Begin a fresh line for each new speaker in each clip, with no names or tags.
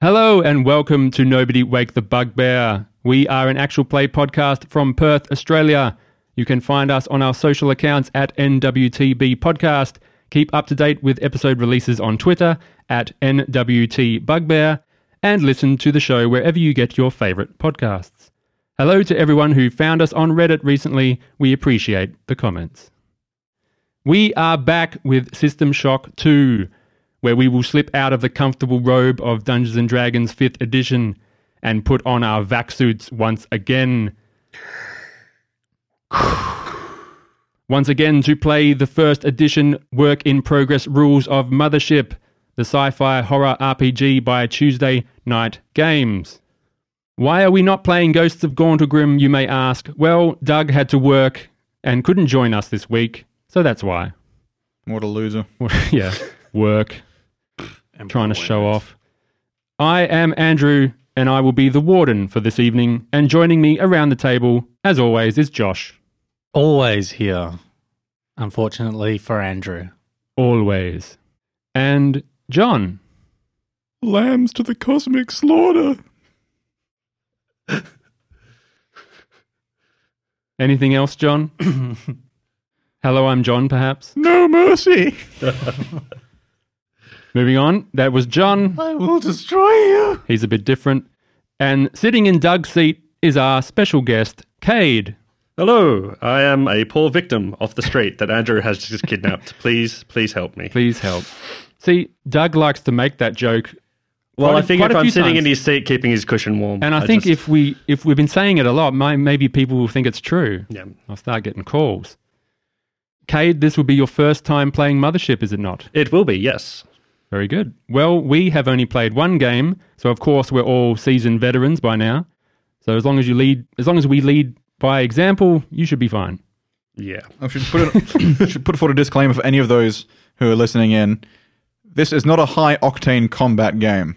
Hello and welcome to Nobody Wake the Bugbear. We are an actual play podcast from Perth, Australia. You can find us on our social accounts at NWTB Podcast. Keep up to date with episode releases on Twitter at NWT Bugbear and listen to the show wherever you get your favourite podcasts. Hello to everyone who found us on Reddit recently. We appreciate the comments. We are back with System Shock 2, where we will slip out of the comfortable robe of Dungeons and Dragons 5th edition and put on our vac suits once again. Once again, to play the first edition work in progress rules of Mothership, the sci fi horror RPG by Tuesday Night Games. Why are we not playing Ghosts of Gauntlegrim, you may ask? Well, Doug had to work and couldn't join us this week, so that's why.
What a loser.
yeah, work,
and
trying to
Paul
show
Wayne.
off. I am Andrew, and I will be the warden for this evening, and joining me around the table, as always, is Josh.
Always here, unfortunately for Andrew.
Always. And John.
Lambs to the cosmic slaughter.
Anything else, John? Hello, I'm John, perhaps.
No mercy.
Moving on, that was John.
I will destroy you.
He's a bit different. And sitting in Doug's seat is our special guest, Cade.
Hello, I am a poor victim off the street that Andrew has just kidnapped. Please, please help me.
Please help. See, Doug likes to make that joke
Well,
Quite a-
I think
quite
if
a
I'm
few
sitting in
times.
his seat, keeping his cushion warm,
And I, think
just-
if we if we've been saying it a lot, my, maybe people will think it's true.
yeah,
I'll start getting calls. Cade, this will be your first time playing Mothership, is it not?
it will be. Yes,
Very good. Well, we have only played one game, so of course we're all seasoned veterans by now. So as long as you lead, as long as we lead by example, you should be fine.
yeah.
I should put, it, should put forward a disclaimer for any of those who are listening in. This is not a high octane combat game.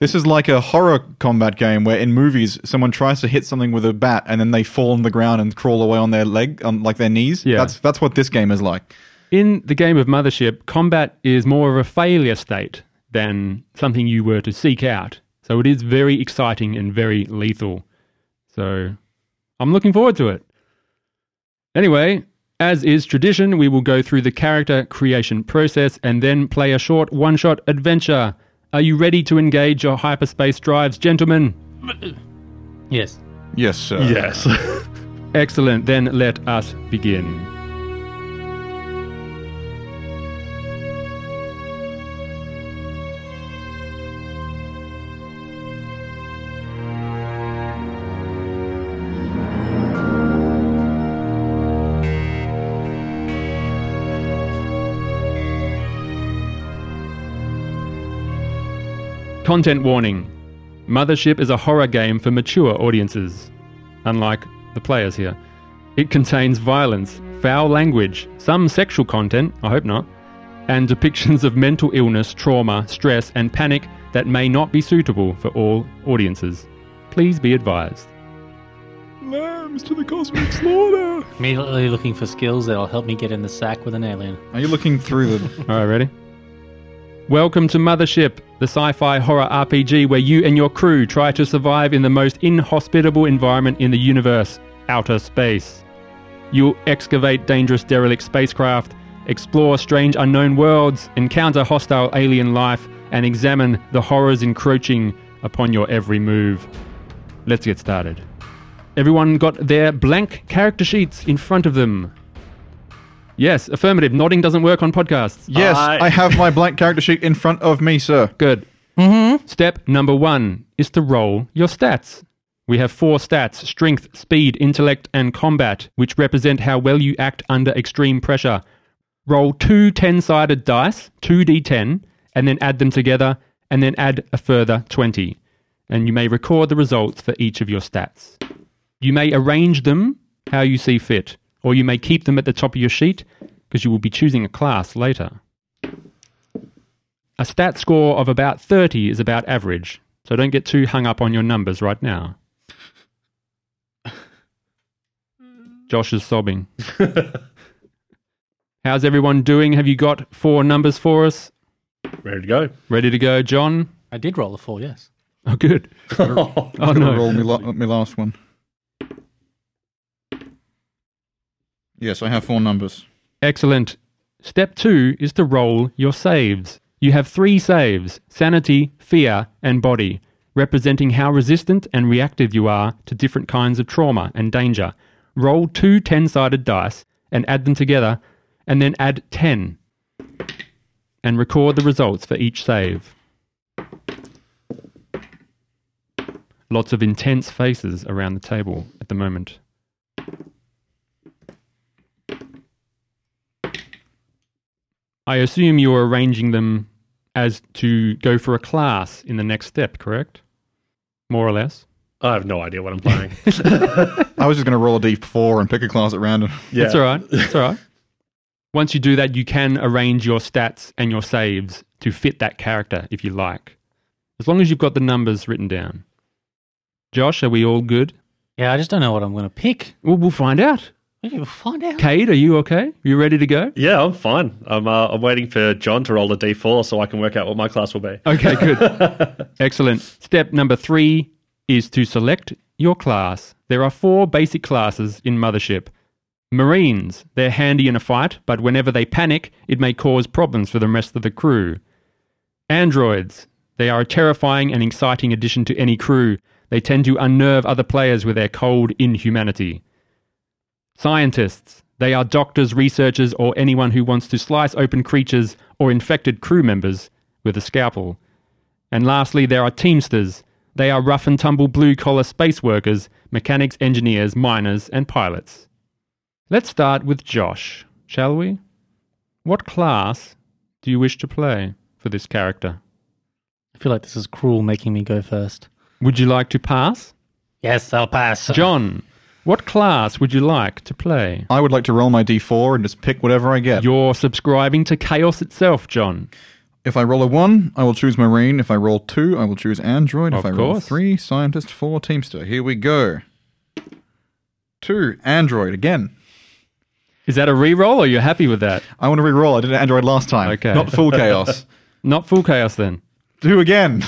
This is like a horror combat game where in movies someone tries to hit something with a bat and then they fall on the ground and crawl away on their leg on like their knees.
Yeah.
That's that's what this game is like.
In the game of Mothership, combat is more of a failure state than something you were to seek out. So it is very exciting and very lethal. So I'm looking forward to it. Anyway, as is tradition, we will go through the character creation process and then play a short one shot adventure. Are you ready to engage your hyperspace drives, gentlemen?
Yes.
Yes, sir.
Yes.
Excellent, then let us begin. Content warning Mothership is a horror game for mature audiences, unlike the players here. It contains violence, foul language, some sexual content, I hope not, and depictions of mental illness, trauma, stress, and panic that may not be suitable for all audiences. Please be advised.
Lambs to the cosmic slaughter.
Immediately looking for skills that'll help me get in the sack with an alien.
Are you looking through the
All right, ready? Welcome to Mothership, the sci fi horror RPG where you and your crew try to survive in the most inhospitable environment in the universe outer space. You'll excavate dangerous derelict spacecraft, explore strange unknown worlds, encounter hostile alien life, and examine the horrors encroaching upon your every move. Let's get started. Everyone got their blank character sheets in front of them. Yes, affirmative. Nodding doesn't work on podcasts.
Yes,
I-
I have my blank character sheet in front of me, sir.
Good. Step number one is to roll your stats. We have four stats strength, speed, intellect, and combat, which represent how well you act under extreme pressure. Roll two 10 sided dice, 2d10, and then add them together, and then add a further 20. And you may record the results for each of your stats. You may arrange them how you see fit, or you may keep them at the top of your sheet because you will be choosing a class later. A stat score of about 30 is about average, so don't get too hung up on your numbers right now. Josh is sobbing. How's everyone doing? Have you got four numbers for us?
Ready to go?
Ready to go, John?
I I did roll a four, yes.
Oh, good. Oh,
I'm gonna
no.
roll me, la- me last one. Yes, I have four numbers.
Excellent. Step two is to roll your saves. You have three saves sanity, fear, and body, representing how resistant and reactive you are to different kinds of trauma and danger. Roll two 10 sided dice and add them together, and then add 10 and record the results for each save. Lots of intense faces around the table at the moment. I assume you're arranging them as to go for a class in the next step, correct? More or less.
I have no idea what I'm playing.
I was just going to roll a d4 and pick a class at random.
Yeah.
That's all right. That's all right. Once you do that, you can arrange your stats and your saves to fit that character if you like, as long as you've got the numbers written down. Josh, are we all good?
Yeah, I just don't know what I'm going to pick.
Well, we'll find out.
We'll find out.
Cade, are you okay? You ready to go?
Yeah, I'm fine. I'm uh, I'm waiting for John to roll a d4 so I can work out what my class will be.
Okay, good. Excellent. Step number three is to select your class. There are four basic classes in Mothership. Marines, they're handy in a fight, but whenever they panic, it may cause problems for the rest of the crew. Androids, they are a terrifying and exciting addition to any crew. They tend to unnerve other players with their cold inhumanity. Scientists, they are doctors, researchers, or anyone who wants to slice open creatures or infected crew members with a scalpel. And lastly, there are Teamsters. They are rough and tumble blue collar space workers, mechanics, engineers, miners, and pilots. Let's start with Josh, shall we? What class do you wish to play for this character?
I feel like this is cruel making me go first.
Would you like to pass?
Yes, I'll pass.
John, what class would you like to play?
I would like to roll my d4 and just pick whatever I get.
You're subscribing to chaos itself, John.
If I roll a 1, I will choose Marine. If I roll 2, I will choose Android.
Of
if I roll
course.
3, Scientist. 4, Teamster. Here we go. 2, Android again.
Is that a re-roll, or are you happy with that?
I want to re-roll. I did an Android last time.
Okay.
Not full chaos.
Not full chaos then.
Do again.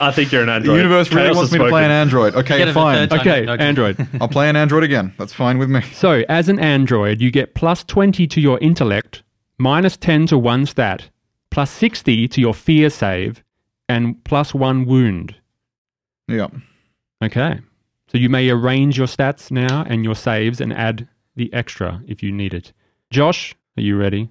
I think you're an
The
android.
universe really
Chaos
wants
has
me to play
spoken.
an Android.
Get
Okay,
it
fine.
the third
Okay,
no, no.
Android.
I'll play an Android again. That's fine with me.
So, as an android, you get plus 20 to your intellect, minus 10 to one stat, plus 60 to your fear save, and plus one wound.
Yeah.
Okay. So, you may arrange your stats now and your saves and add the extra if you need it. Josh, are you ready?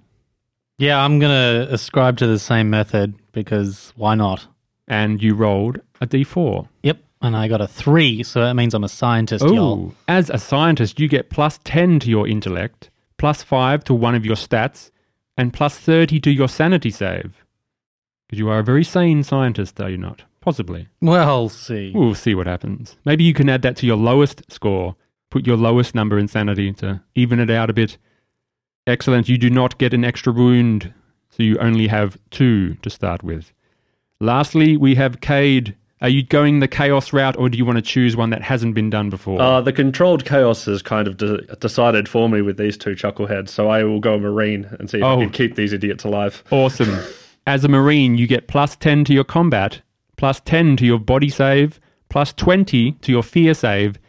Yeah, I'm going to ascribe to the same method because why not?
And you rolled a d4.
Yep. And I got a three, so that means I'm a scientist, y'all.
Ooh. As a scientist, you get plus 10 to your intellect, plus 5 to one of your stats, and plus 30 to your sanity save. Because you are a very sane scientist, are you not? Possibly.
Well, see.
We'll see what happens. Maybe you can add that to your lowest score. Put your lowest number in sanity to even it out a bit. Excellent. You do not get an extra wound, so you only have two to start with. Lastly, we have Cade. Are you going the chaos route, or do you want to choose one that hasn't been done before?
Uh, the controlled chaos has kind of de- decided for me with these two chuckleheads, so I will go marine and see if
Oh.
I can keep these idiots alive.
Awesome. As a Marine, you get plus 10 to your combat, plus 10 to your body save, plus 20 to your fear save,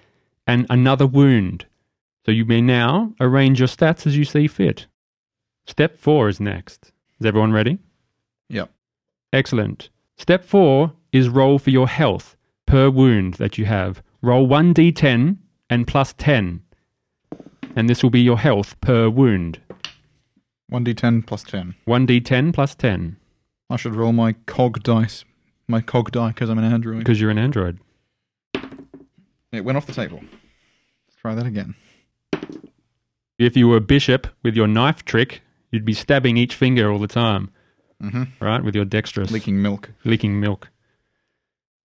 and another wound. So you may now arrange your stats as you see fit. Step 4 is next. Is everyone ready?
Yeah.
Excellent. Step 4 is roll for your health per wound that you have. Roll 1d10 and plus 10. And this will be your health per wound.
1d10 plus 10.
1d10 plus 10
I should roll my cog dice. My cog die because I'm an Android.
because you're an android.
It went off the table. Let's try that again.
If you were a bishop with your knife trick, you'd be stabbing each finger all the time,
hmm
right? With your dexterous
Leaking milk.
leaking milk.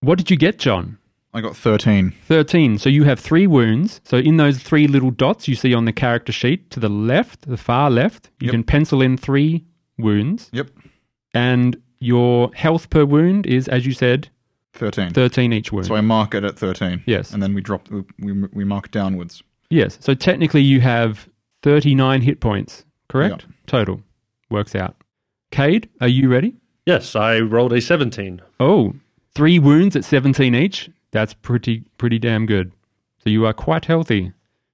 What did you get, John?
I got 13.
13. So you have three wounds. So in those three little dots you see on the character sheet to the left, the far left, you
Yep.
can pencil in three wounds.
Yep.
And your health per wound is, as you said,
13.
13 each wound.
So I mark it at 13.
Yes.
And then we drop, we, we, we mark downwards.
Yes. So technically, you have 39 hit points, correct?
Yeah.
Total. Works out. Cade, are you ready?
Yes, I rolled a 17.
Oh, Three wounds at 17 each. That's pretty pretty damn good. So you are quite healthy.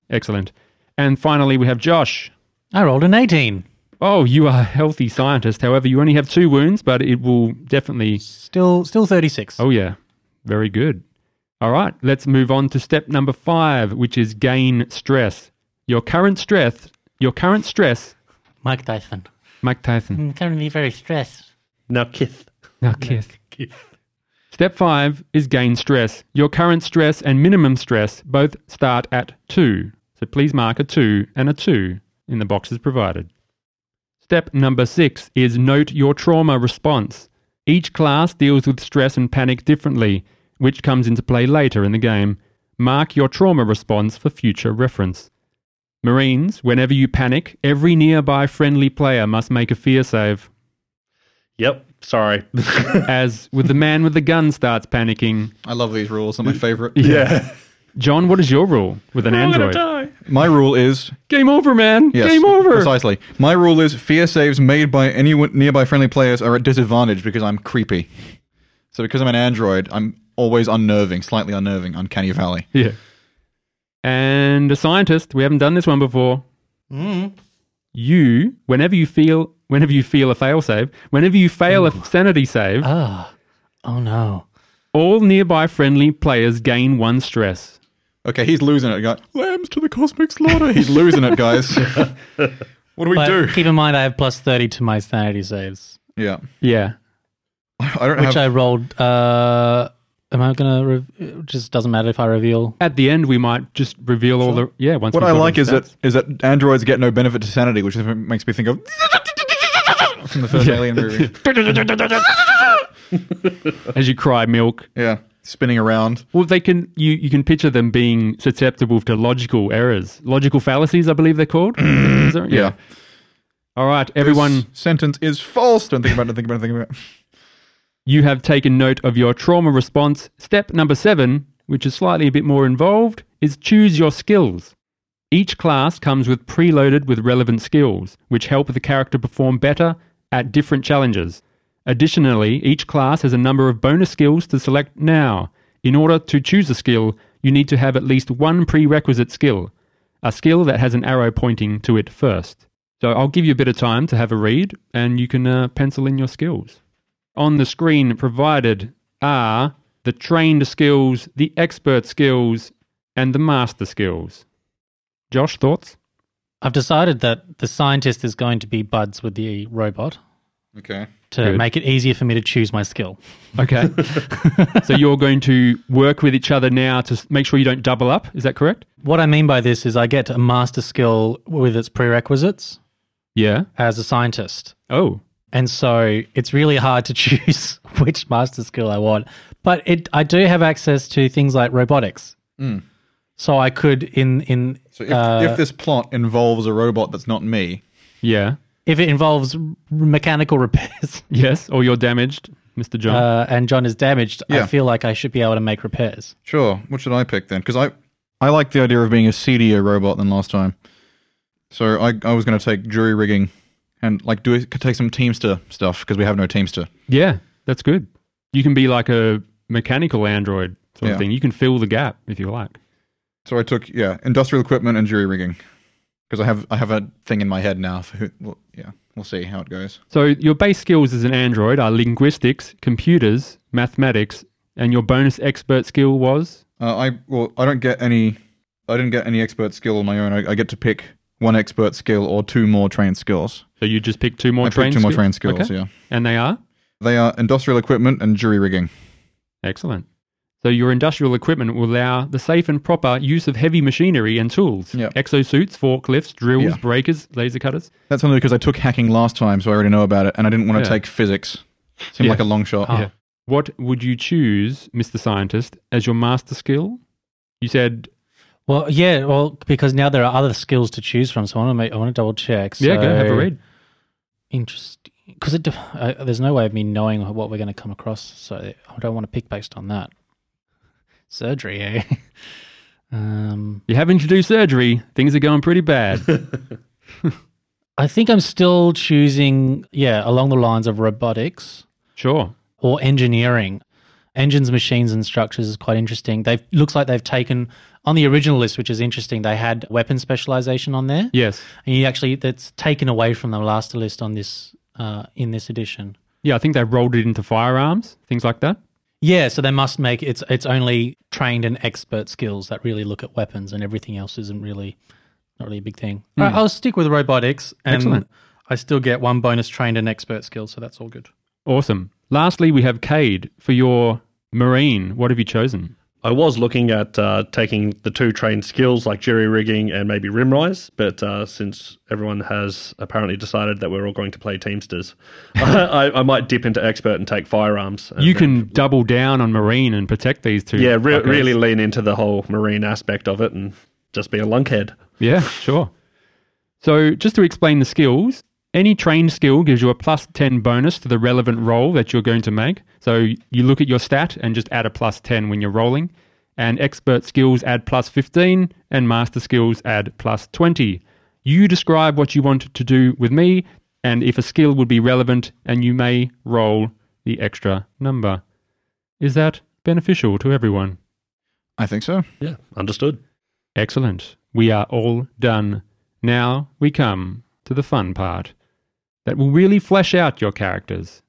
Excellent. And finally, we have Josh.
I rolled an 18.
Oh, you are a healthy scientist. However, you only have two wounds, but it will definitely.
Still still 36.
Oh, yeah. Very good. All right, let's move on to step number five, which is gain stress. Your current stress, your current stress,
Mike Tyson.
Mike Tyson.
I'm currently very stressed.
Now, Kith.
Now, Keith. Step five is gain stress. Your current stress and minimum stress both start at two. So please mark a two and a two in the boxes provided. Step number six is note your trauma response. Each class deals with stress and panic differently, which comes into play later in the game. Mark your trauma response for future reference. Marines, whenever you panic, every nearby friendly player must make a fear save.
Yep. Sorry.
As with the man with the gun starts panicking,
I love these rules. They're my favorite.
yeah.
John, what is your rule with an
I'm gonna
android?
die.
My rule is
Game over, man.
yes,
Game over.
Precisely. My rule is fear saves made by any w- nearby friendly players are at disadvantage because I'm creepy. So because I'm an android, I'm always unnerving, slightly unnerving, uncanny valley.
Yeah. And a scientist. We haven't done this one before. Mm-hmm. You, whenever you feel, whenever you feel a fail save, whenever you fail a sanity save,
Ah. Oh no.
all nearby friendly players gain one stress.
Okay, he's losing it. Guy. Lambs to the cosmic slaughter. He's losing it, guys. what do we
But
do?
keep in mind I have plus 30 to my sanity saves,
Yeah,
Yeah.
I don't
which
have.
I rolled uh am I going to re- it just doesn't matter if I reveal
At the end, we might just reveal all the yeah. Once
what
we've
I
got all
like
the
is
stats.
that is that androids get no benefit to sanity, which is what makes me think of from the first Alien movie. uh,
as you cry milk.
Yeah, spinning around.
Well, they can you you can picture them being susceptible to logical errors, logical fallacies, I believe they're called. Is that-
Yeah.
All right, everyone.
This sentence is false. Don't think about it. Think about it. Think about it.
You have taken note of your trauma response. Step number seven, which is slightly a bit more involved, is choose your skills. Each class comes with preloaded with relevant skills, which help the character perform better at different challenges. Additionally, each class has a number of bonus skills to select now. In order to choose a skill, you need to have at least one prerequisite skill, a skill that has an arrow pointing to it first. So I'll give you a bit of time to have a read, and you can uh, pencil in your skills on the screen provided are the trained skills, the expert skills, and the master skills. Josh, thoughts?
I've decided that the scientist is going to be buds with the robot
Okay.
to
Good.
make it easier for me to choose my skill.
Okay. so you're going to work with each other now to s- make sure you don't double up. Is that correct?
What I mean by this is I get a master skill with its prerequisites
Yeah.
as a scientist.
Oh,
And so it's really hard to choose which master skill I want. But it I do have access to things like robotics. So I could in in
Hmm. So if,
uh,
if this plot involves a robot that's not me,
yeah.
if it involves r- mechanical repairs
Yes. Or you're damaged, Mr. John.
uh, and John is damaged,
Yeah.
I feel like I should be able to make repairs.
sure. What should I pick then? Because I I like the idea of being a seedier robot than last time. So I I was going to take jury rigging, and like do it, could take some teamster stuff because we have no teamster.
yeah. That's good. You can be like a mechanical android sort
Yeah.
of thing. You can fill the gap if you like.
So I took yeah industrial equipment and jury rigging because I have I have a thing in my head now. For who, well, yeah, we'll see how it goes.
So your base skills as an android are linguistics, computers, mathematics, and your bonus expert skill was
Uh, I well, I don't get any. I didn't get any expert skill on my own. I, I get to pick one expert skill or two more trained skills.
so you just picked two more
I
trained
picked two more
skills?
trained skills.
Okay.
Yeah,
And they are
they are industrial equipment and jury rigging.
excellent. So your industrial equipment will allow the safe and proper use of heavy machinery and tools.
Yep.
Exosuits, forklifts, drills,
Yeah.
breakers, laser cutters.
That's only because I took hacking last time, so I already know about it, and I didn't want
Yeah.
to take physics. Seemed
Yeah. Ah.
like a long shot.
Yeah. What would you choose, Mr. Scientist, as your master skill? You said
Well, yeah, well, because now there are other skills to choose from, so I want to make, I want to double check.
Yeah, go
So-
have a read.
Interesting, because it de- I, there's no way of me knowing what we're going to come across, so I don't want to pick based on that. Surgery, eh? um,
You're having to do surgery, things are going pretty bad.
I think I'm still choosing, yeah, along the lines of robotics
sure.
or engineering. engines, machines, and structures is quite interesting. They've looks like they've taken on the original list, which is interesting. They had weapon specialization on there,
Yes.
and you actually that's taken away from the master list on this uh, in this edition.
Yeah, I think they rolled it into firearms, things like that.
Yeah, so they must make it's it's only trained and expert skills that really look at weapons, and everything else isn't really not really a big thing. All right, I'll stick with robotics, and
Excellent.
I still get one bonus trained and expert skill, so that's all good.
Awesome. Lastly, we have Cade for your Marine. What have you chosen?
I was looking at uh, taking the two trained skills like jury rigging and maybe rimrise, but uh, since everyone has apparently decided that we're all going to play Teamsters, I, I might dip into expert and take firearms. and
You
then-
can double down on Marine and protect these two.
yeah, re-
fuckers.
really lean into the whole marine aspect of it and just be a lunkhead.
Yeah, sure. So, just to explain the skills, any trained skill gives you a plus 10 bonus to the relevant roll that you're going to make. So, you look at your stat and just add a plus 10 when you're rolling. And expert skills add plus 15, and master skills add plus 20. You describe what you want to do with me, and if a skill would be relevant, and you may roll the extra number. Is that beneficial to everyone?
I think so.
Yeah, understood.
Excellent. We are all done. Now we come to the fun part that will really flesh out your characters,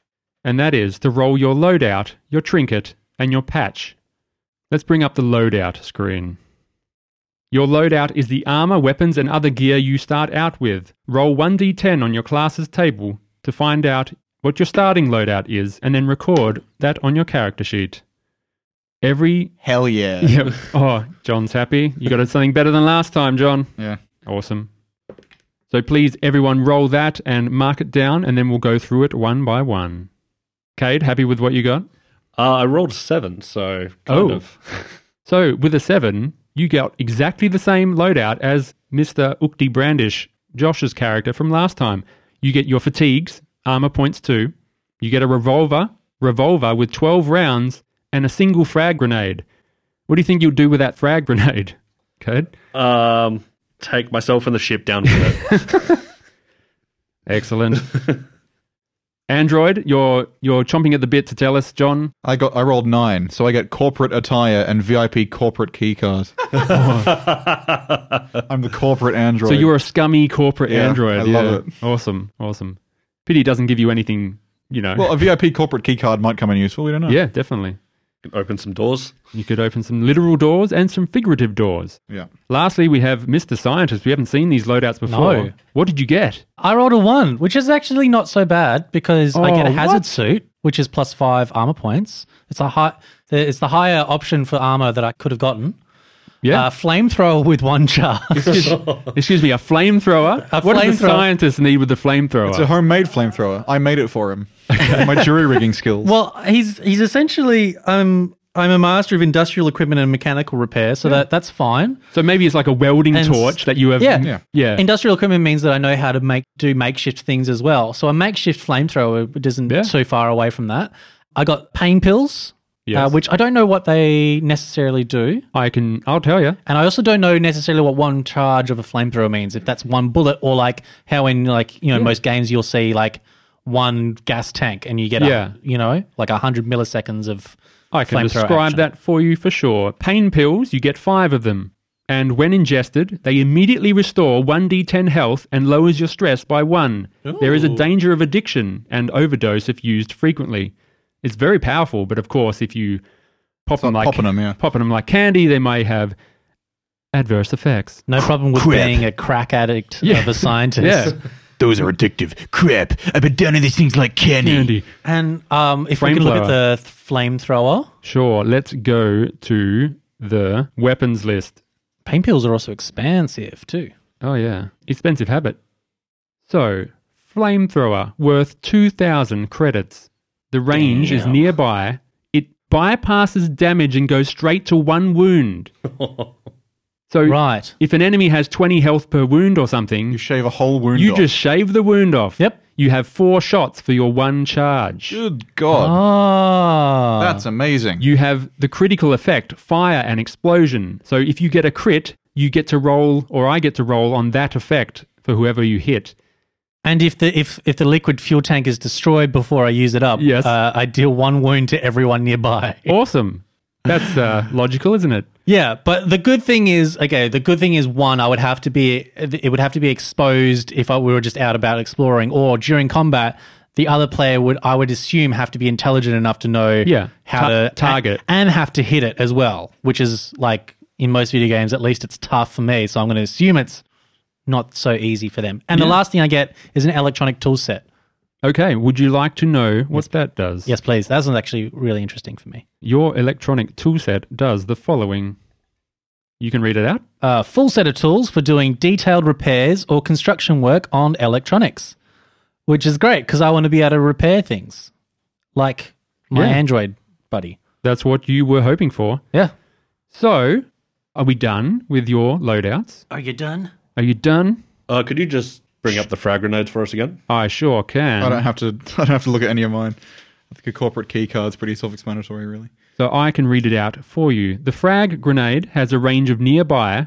and that is to roll your loadout, your trinket, and your patch. Let's bring up the loadout screen. Your loadout is the armor, weapons, and other gear you start out with. Roll 1d10 on your class's table to find out what your starting loadout is, and then record that on your character sheet. Every
Hell yeah.
Yep. Oh, John's happy. You got something better than last time, John.
Yeah.
Awesome. So please, everyone, roll that and mark it down, and then we'll go through it one by one. Cade, happy with what you got?
Uh, I rolled a seven, so
Oh.
kind of.
So with a seven, you got exactly the same loadout as Mr. Ukti Brandish, Josh's character from last time. You get your fatigues, armor points two. You get a revolver, revolver with 12 rounds, and a single frag grenade. What do you think you'll do with that frag grenade, Cade?
Um, take myself and the ship down with it.
Excellent. Android, you're you're chomping at the bit to tell us, John.
I got I rolled nine, so I get corporate attire and VIP corporate keycard. I'm the corporate android.
So you're a scummy corporate
Yeah,
android.
I love
it. Awesome, awesome. Pity it doesn't give you anything, you know.
well, a VIP corporate keycard might come in useful. We don't know.
yeah, definitely.
Open some doors.
You could open some literal doors and some figurative doors.
Yeah.
Lastly, we have Mr. Scientist. We haven't seen these loadouts before.
No.
What did you get?
I rolled a one, which is actually not so bad because I get a
Oh,
hazard
what?
suit, which is plus five armor points. It's a high, it's the higher option for armor that I could have gotten.
Yeah.
Uh, flamethrower with one charge.
excuse, excuse me, a flamethrower?
A
what does the
flamethrower.
scientist need with the flamethrower?
It's a homemade flamethrower. I made it for him. My jury rigging skills.
Well, he's he's essentially um I'm a master of industrial equipment and mechanical repair, so that that's fine.
so maybe it's like a welding
And s-
torch that you have.
Yeah.
Yeah.
Yeah.
Industrial equipment means that I know how to make do makeshift things as well. So a makeshift flamethrower isn't
Yeah.
too far away from that. I got pain pills, uh,
Yes.
which I don't know what they necessarily do,
I can. I'll tell you.
and I also don't know necessarily what one charge of a flamethrower means. If that's one bullet, or like how in like you know most games you'll see like one gas tank and you get
Yeah.
a, you know like hundred milliseconds of
I can
flamethrower
describe
action.
that for you for sure. Pain pills, you get five of them. And when ingested, they immediately restore 1d10 health and lowers your stress by one. There is a danger of addiction and overdose if used frequently. It's very powerful, but of course, if you pop them
like
like
popping 'em, yeah.
popping 'em like candy, they may have adverse effects.
No problem with
Crap.
being a crack addict
Yeah.
of a scientist.
Yeah,
Those are addictive. Crap. I've been down to these things like candy.
candy.
And um, if we can look at the th- flamethrower,
Sure. Let's go to the weapons list.
pain pills are also expansive too.
Oh yeah, expensive habit. So, flamethrower worth 2000 credits. The range is
Damn.
nearby. It bypasses damage and goes straight to one wound. So,
Right.
if an enemy has 20 health per wound or something,
You
you,
shave a whole wound. off.
just shave the wound off.
Yep.
You have 4 shots for your one charge.
Good God.
Ah.
Oh.
That's amazing.
You have the critical effect, fire and explosion. So if you get a crit, you get to roll, or I get to roll on that effect for whoever you hit.
And if the if if the liquid fuel tank is destroyed before I use it up,
Yes.
uh, I deal one wound to everyone nearby.
Awesome. That's uh, logical, isn't it?
Yeah, but the good thing is, okay, the good thing is one, I would have to be, it would have to be exposed if I, we were just out about exploring, or during combat, the other player would, I would assume, have to be intelligent enough to know
Yeah,
how
ta-
to
target.
and, have to hit it as well, which is like in most video games, at least it's tough for me. So I'm going to assume it's not so easy for them. And the last thing I get is an electronic tool set.
Okay. Would you like to know what that does?
Yes, please. That was actually really interesting for me.
Your electronic toolset does the following. You can read it out.
a full set of tools for doing detailed repairs or construction work on electronics, which is great because I want to be able to repair things like my
Yeah.
Android buddy.
That's what you were hoping for.
Yeah.
So, are we done with your loadouts?
Are you done?
Are you done?
Uh, could you just bring up the frag grenades for us again?
I sure can.
I don't have to. I don't have to look at any of mine. I think a corporate key card's pretty self-explanatory, really.
So I can read it out for you. The frag grenade has a range of nearby.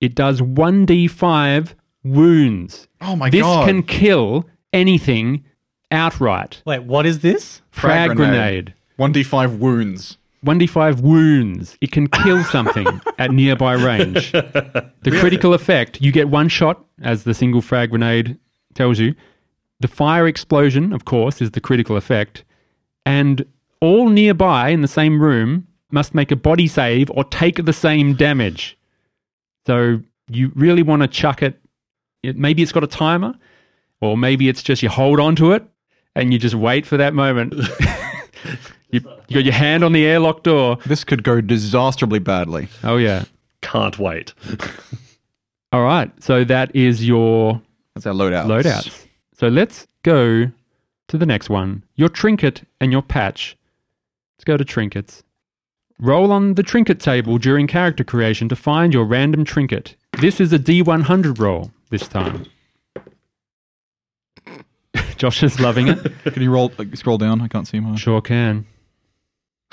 It does 1d5 wounds.
Oh my
this
God.
can kill anything outright.
Wait, what is this?
Frag, grenade.
One d five wounds.
1d5 wounds. It can kill something at nearby range. The critical effect you get one shot, as the single frag grenade tells you. The fire explosion, of course, is the critical effect. And all nearby in the same room must make a body save or take the same damage. So you really want to chuck it. it. Maybe it's got a timer, or maybe it's just you hold on to it and you just wait for that moment. you, you got your hand on the airlock door.
This could go disastrously badly.
Oh, yeah.
Can't wait.
All right. So that is your
That's our loadout.
loadouts. So let's go to the next one your trinket and your patch. Let's go to trinkets. Roll on the trinket table during character creation to find your random trinket. This is a D100 roll this time. Josh is loving it.
Can you roll? Like, scroll down. I can't see mine.
Sure can.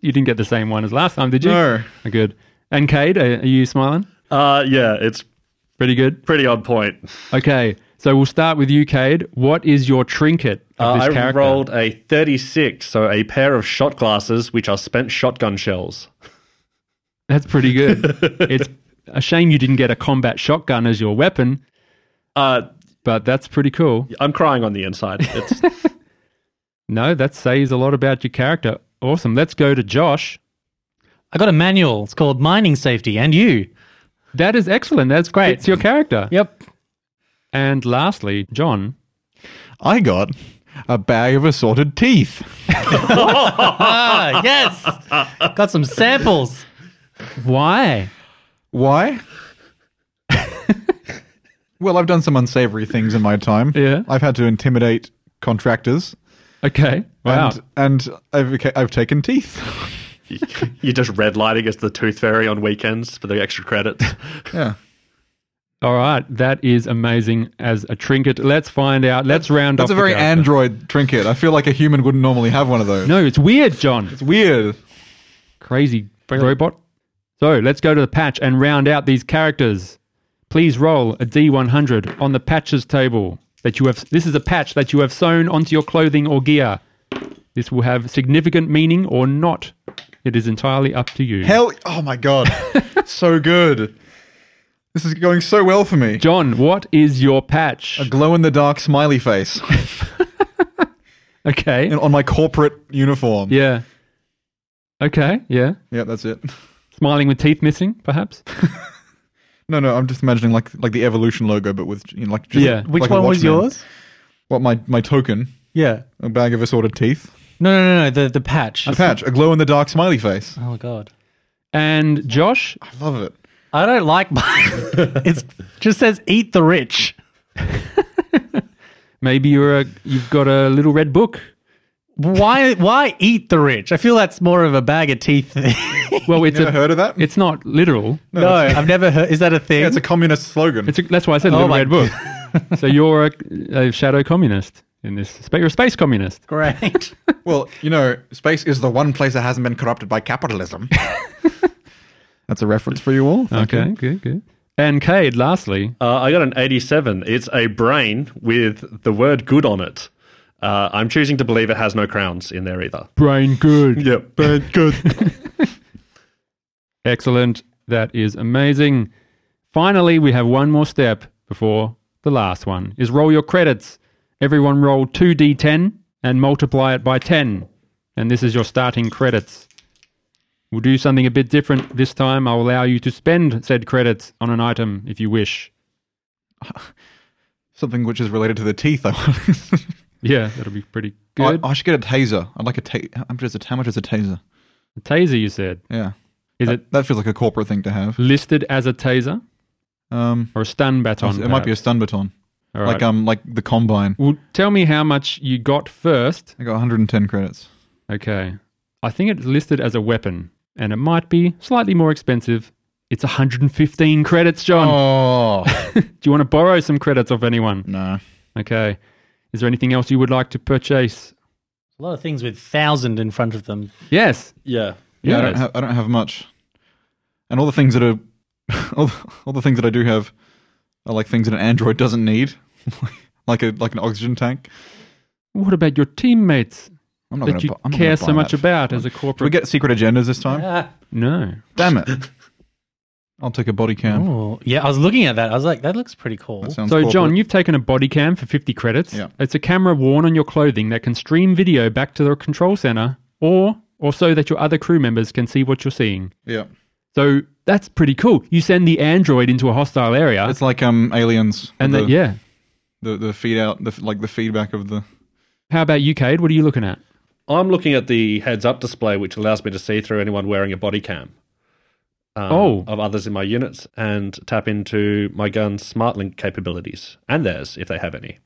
you didn't get the same one as last time, did you? Oh,
No.
Good. And Cade, are, are you smiling?
Uh, yeah, it's
Pretty good.
pretty on point.
Okay, so we'll start with you, Cade. What is your trinket
Uh,
of this
I
character?
rolled a 36, so a pair of shot glasses, which are spent shotgun shells.
That's pretty good. it's a shame you didn't get a combat shotgun as your weapon,
Uh,
but that's pretty cool.
I'm crying on the inside. It's,
No, that says a lot about your character. Awesome. Let's go to Josh.
I got a manual. It's called Mining Safety and You.
That is excellent. That's
Great.
great. It's your character.
Yep.
And lastly, John.
I got a bag of assorted teeth.
Ah, yes. Got some samples.
Why?
Why? well, I've done some unsavory things in my time.
Yeah.
I've had to intimidate contractors.
Okay. Wow.
And, and I've, I've taken teeth.
you're just red lighting as the tooth fairy on weekends for the extra credits.
Yeah.
All right. That is amazing as a trinket. Let's find out. Let's round
That's
off.
a
the
very
character.
Android trinket. I feel like a human wouldn't normally have one of those.
No, it's weird, John.
It's weird.
crazy robot. So let's go to the patch and round out these characters. Please roll a D100 on the patches table that you have. This is a patch that you have sewn onto your clothing or gear. This will have significant meaning or not. It is entirely up to you.
Hell, oh my god, so good. This is going so well for me.
John, what is your patch?
A glow in the dark smiley face
Okay.
and on my corporate uniform.
Yeah. Okay. Yeah.
yeah, that's it.
Smiling with teeth missing, perhaps.
No, no, I'm just imagining like like the evolution logo, but with you know, like just
Yeah.
Which
like a
one was
Watchman.
yours?
What my my token?
Yeah.
A bag of assorted teeth.
No, no, no, no. The, the patch.
A patch. A glow in the dark smiley face.
Oh, God.
And Josh,
I love it.
I don't like mine. it just says eat the rich.
maybe you're a, you've got a little red book.
Why? Why eat the rich? I feel that's more of a bag of teeth. thing.
Well, it's
Ever
a,
heard of that?
it's not literal.
no, I've never heard. Is that a thing?
yeah, it's a communist slogan.
It's a, that's why I said Little
my
Red Book. so you're a, a shadow communist in this. Spa- You're a space communist.
great.
well, you know, space is the one place that hasn't been corrupted by capitalism. that's a reference for you all. Thank
Okay,
you.
good, good. And Cade, lastly,
Uh, I got an 87. It's a brain with the word good on it. Uh, I'm choosing to believe it has no crowns in there either.
brain good.
Yep.
good. Excellent. That is amazing. Finally, we have one more step before the last one is roll your credits. Everyone roll 2d10 and multiply it by 10. And this is your starting credits. We'll do something a bit different this time. I'll allow you to spend said credits on an item if you wish.
Something which is related to the teeth. I, want.
Yeah, that'll be pretty
I,
good.
I should get a taser. I'd like a ta- how much is a how much is a taser?
taser, you said.
Yeah,
Is
that,
it
that feels like a corporate thing to have.
listed as a taser
Um,
or a stun baton?
it might be a stun baton,
All right.
like um, like the combine.
Well, tell me how much you got first.
I got 110 credits.
Okay. I think it's listed as a weapon, and it might be slightly more expensive. It's 115 credits, John.
Oh
Do you want to borrow some credits off anyone?
no!
Okay. Is there anything else you would like to purchase?
A lot of things with thousand in front of them.
Yes.
Yeah.
Yeah, I don't
Yes.
have I don't have much, and all the things that are all the, all the things that I do have are like things that an android doesn't need, like a like an oxygen tank.
What about your teammates
I'm not
that
going
you
to. I'm not
care
gonna buy
so much
that.
about as a
Do we
corporate?
get secret agendas this time?
no.
Damn it! I'll take a body cam.
Oh, yeah. I was looking at that. I was like, that looks pretty cool.
That sounds
So, John,
corporate.
you've taken a body cam for 50 credits.
Yeah.
It's a camera worn on your clothing that can stream video back to the control center or, or so that your other crew members can see what you're seeing.
yeah,
So that's pretty cool. You send the android into a hostile area,
it's like um aliens
and
the,
that yeah.
the the feed out the like the feedback of the
How about you, Cade? What are you looking at?
I'm looking at the heads up display, which allows me to see through anyone wearing a body cam um,
Oh.
of others in my units and tap into my gun's smart link capabilities and theirs if they have any.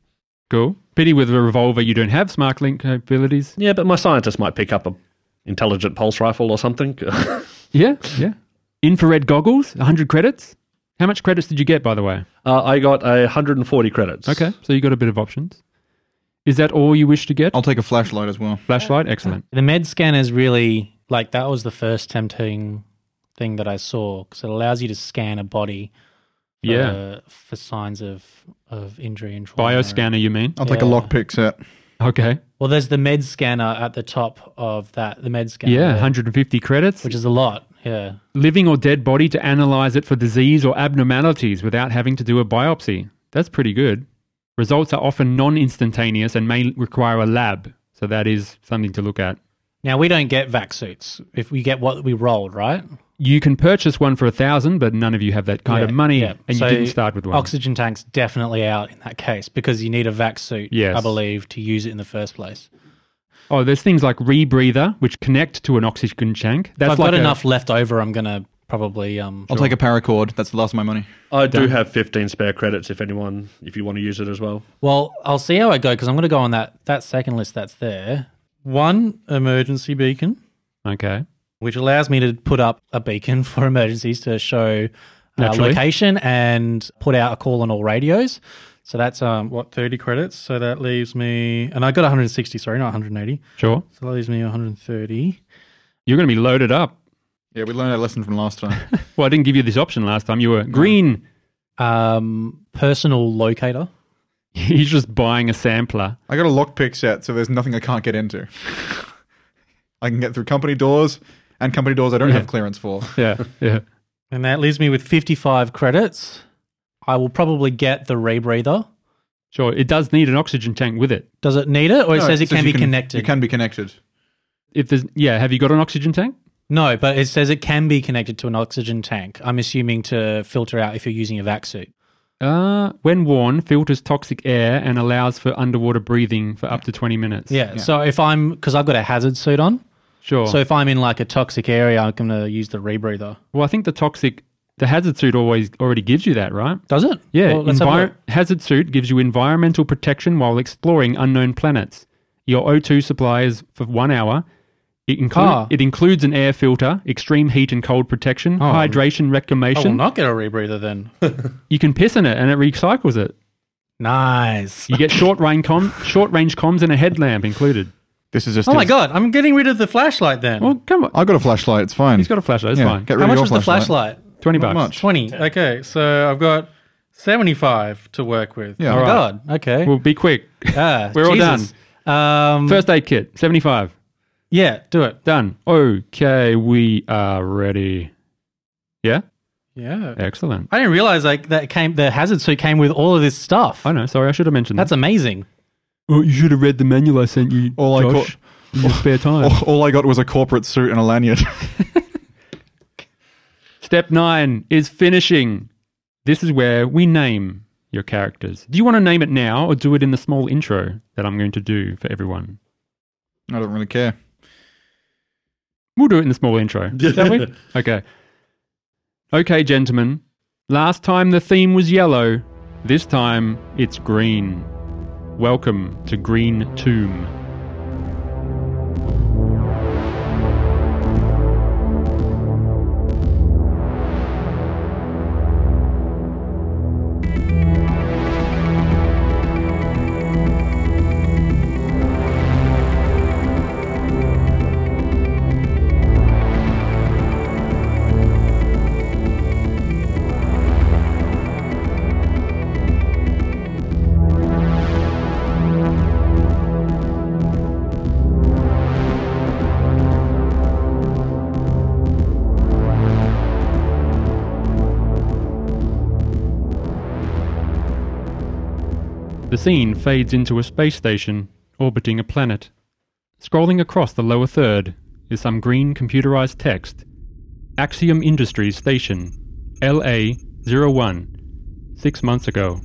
Cool. Pity with a revolver, you don't have smart link capabilities.
Yeah, but my scientist might pick up a intelligent pulse rifle or something. Uh,
Yeah, yeah. Infrared goggles, 100 credits. How much credits did you get, by the way?
Uh, I got a 140 credits.
Okay, so you got a bit of options. Is that all you wish to get?
I'll Uh, take a flashlight as well.
Flashlight, excellent.
The med scan is really like that was the first tempting thing that I saw because it allows you to scan a body. For,
Yeah.
for signs of of injury and trauma.
Bioscanner, you mean?
I'll take a
Yeah.
lockpick set.
Okay.
Well, there's the med scanner at the top of that. The med scanner.
Yeah,
there,
150 credits.
Uh, which is a lot. Yeah.
Living or dead body to analyze it for disease or abnormalities without having to do a biopsy. That's pretty good. Results are often non instantaneous and may require a lab. So that is something to look at.
Now we don't get vac suits if we get what we rolled, right?
You can purchase one for a thousand, but none of you have that kind of
Yeah,
money,
yeah.
and
So
you didn't start with one.
Oxygen tanks definitely out in that case because you need a vac suit,
Yes.
I believe, to use it in the first place.
oh, there's things like rebreather, which connect to an oxygen tank.
If
That's
I've
like
got
a-
enough left over, I'm gonna probably um
I'll take a paracord. That's the last of my money.
I do have 15 spare credits if anyone, if you want to use it as well.
Well, I'll see how I go because I'm going to go on that that second list that's there. One emergency beacon,
Okay.
which allows me to put up a beacon for emergencies to show uh,
Naturally.
location and put out a call on all radios. So that's um what 30 credits. So that leaves me, and I got 160. Sorry, not 180.
Sure.
So that leaves me 130.
You're going to be loaded up.
Yeah, we learned our lesson from last time.
Well, I didn't give you this option last time. You were green.
Um, personal locator.
He's just buying a sampler.
I got a lockpick set, so there's nothing I can't get into. I can get through company doors and company doors I don't have clearance for.
Yeah. Yeah.
And that leaves me with 55 credits. I will probably get the rebreather.
Sure. It does need an oxygen tank with it.
Does it need it, or it
No,
says it can
you
be connected?
You can be connected.
If there's, yeah, have you got an oxygen tank?
No, but it says it can be connected to an oxygen tank. I'm assuming to filter out if you're using a vac suit.
Uh, when worn, filters toxic air and allows for underwater breathing for up to 20 minutes.
Yeah. So if I'm, because I've got a hazard suit on,
Sure.
so if I'm in like a toxic area, I'm going to use the rebreather.
well, I think the toxic, the hazard suit always already gives you that, right?
Does it?
Yeah.
Well, let's have a
envir-
look.
hazard suit gives you environmental protection while exploring unknown planets. Your O2 supply is for one hour. It, inclu-
Ah. Oh.
it includes an air filter, extreme heat and cold protection, hydration
I will
reclamation.
not get a rebreather then.
you can piss in it and it recycles it.
nice.
You get short range com- short range comms and a headlamp included.
This is just.
Oh my god, I'm getting rid of the flashlight then.
Well, come on.
I got a flashlight. It's fine.
He's got a flashlight. It's
yeah,
fine.
Get rid
How
of
much
your
was the flashlight?
Twenty
Not
bucks.
much.
20. Okay, so I've got 75 to work with.
Yeah.
Oh,
All right.
God. Okay.
Well, be quick.
Ah,
we're all
Jesus. Um,
First aid kit, seventy-five.
yeah, do it.
Done. Okay, we are ready. Yeah,
Yeah.
excellent.
I didn't realize like that came the hazard suit came with all of this stuff.
I know. Sorry, I should have mentioned
That's
that.
amazing.
Oh, you should have read the manual I sent you,
All I
Josh, in your spare time.
All, all I got was a corporate suit and a lanyard.
Step nine is finishing. This is where we name your characters. Do you want to name it now or do it in the small intro that I'm going to do for everyone?
I don't really care.
We'll do it in the small intro, shall we? Okay. Okay, gentlemen. Last time the theme was yellow, this time it's green. Welcome to Green Tomb. The scene fades into a space station orbiting a planet. Scrolling across the lower third is some green computerized text Axiom Industries Station, LA 01, six months ago.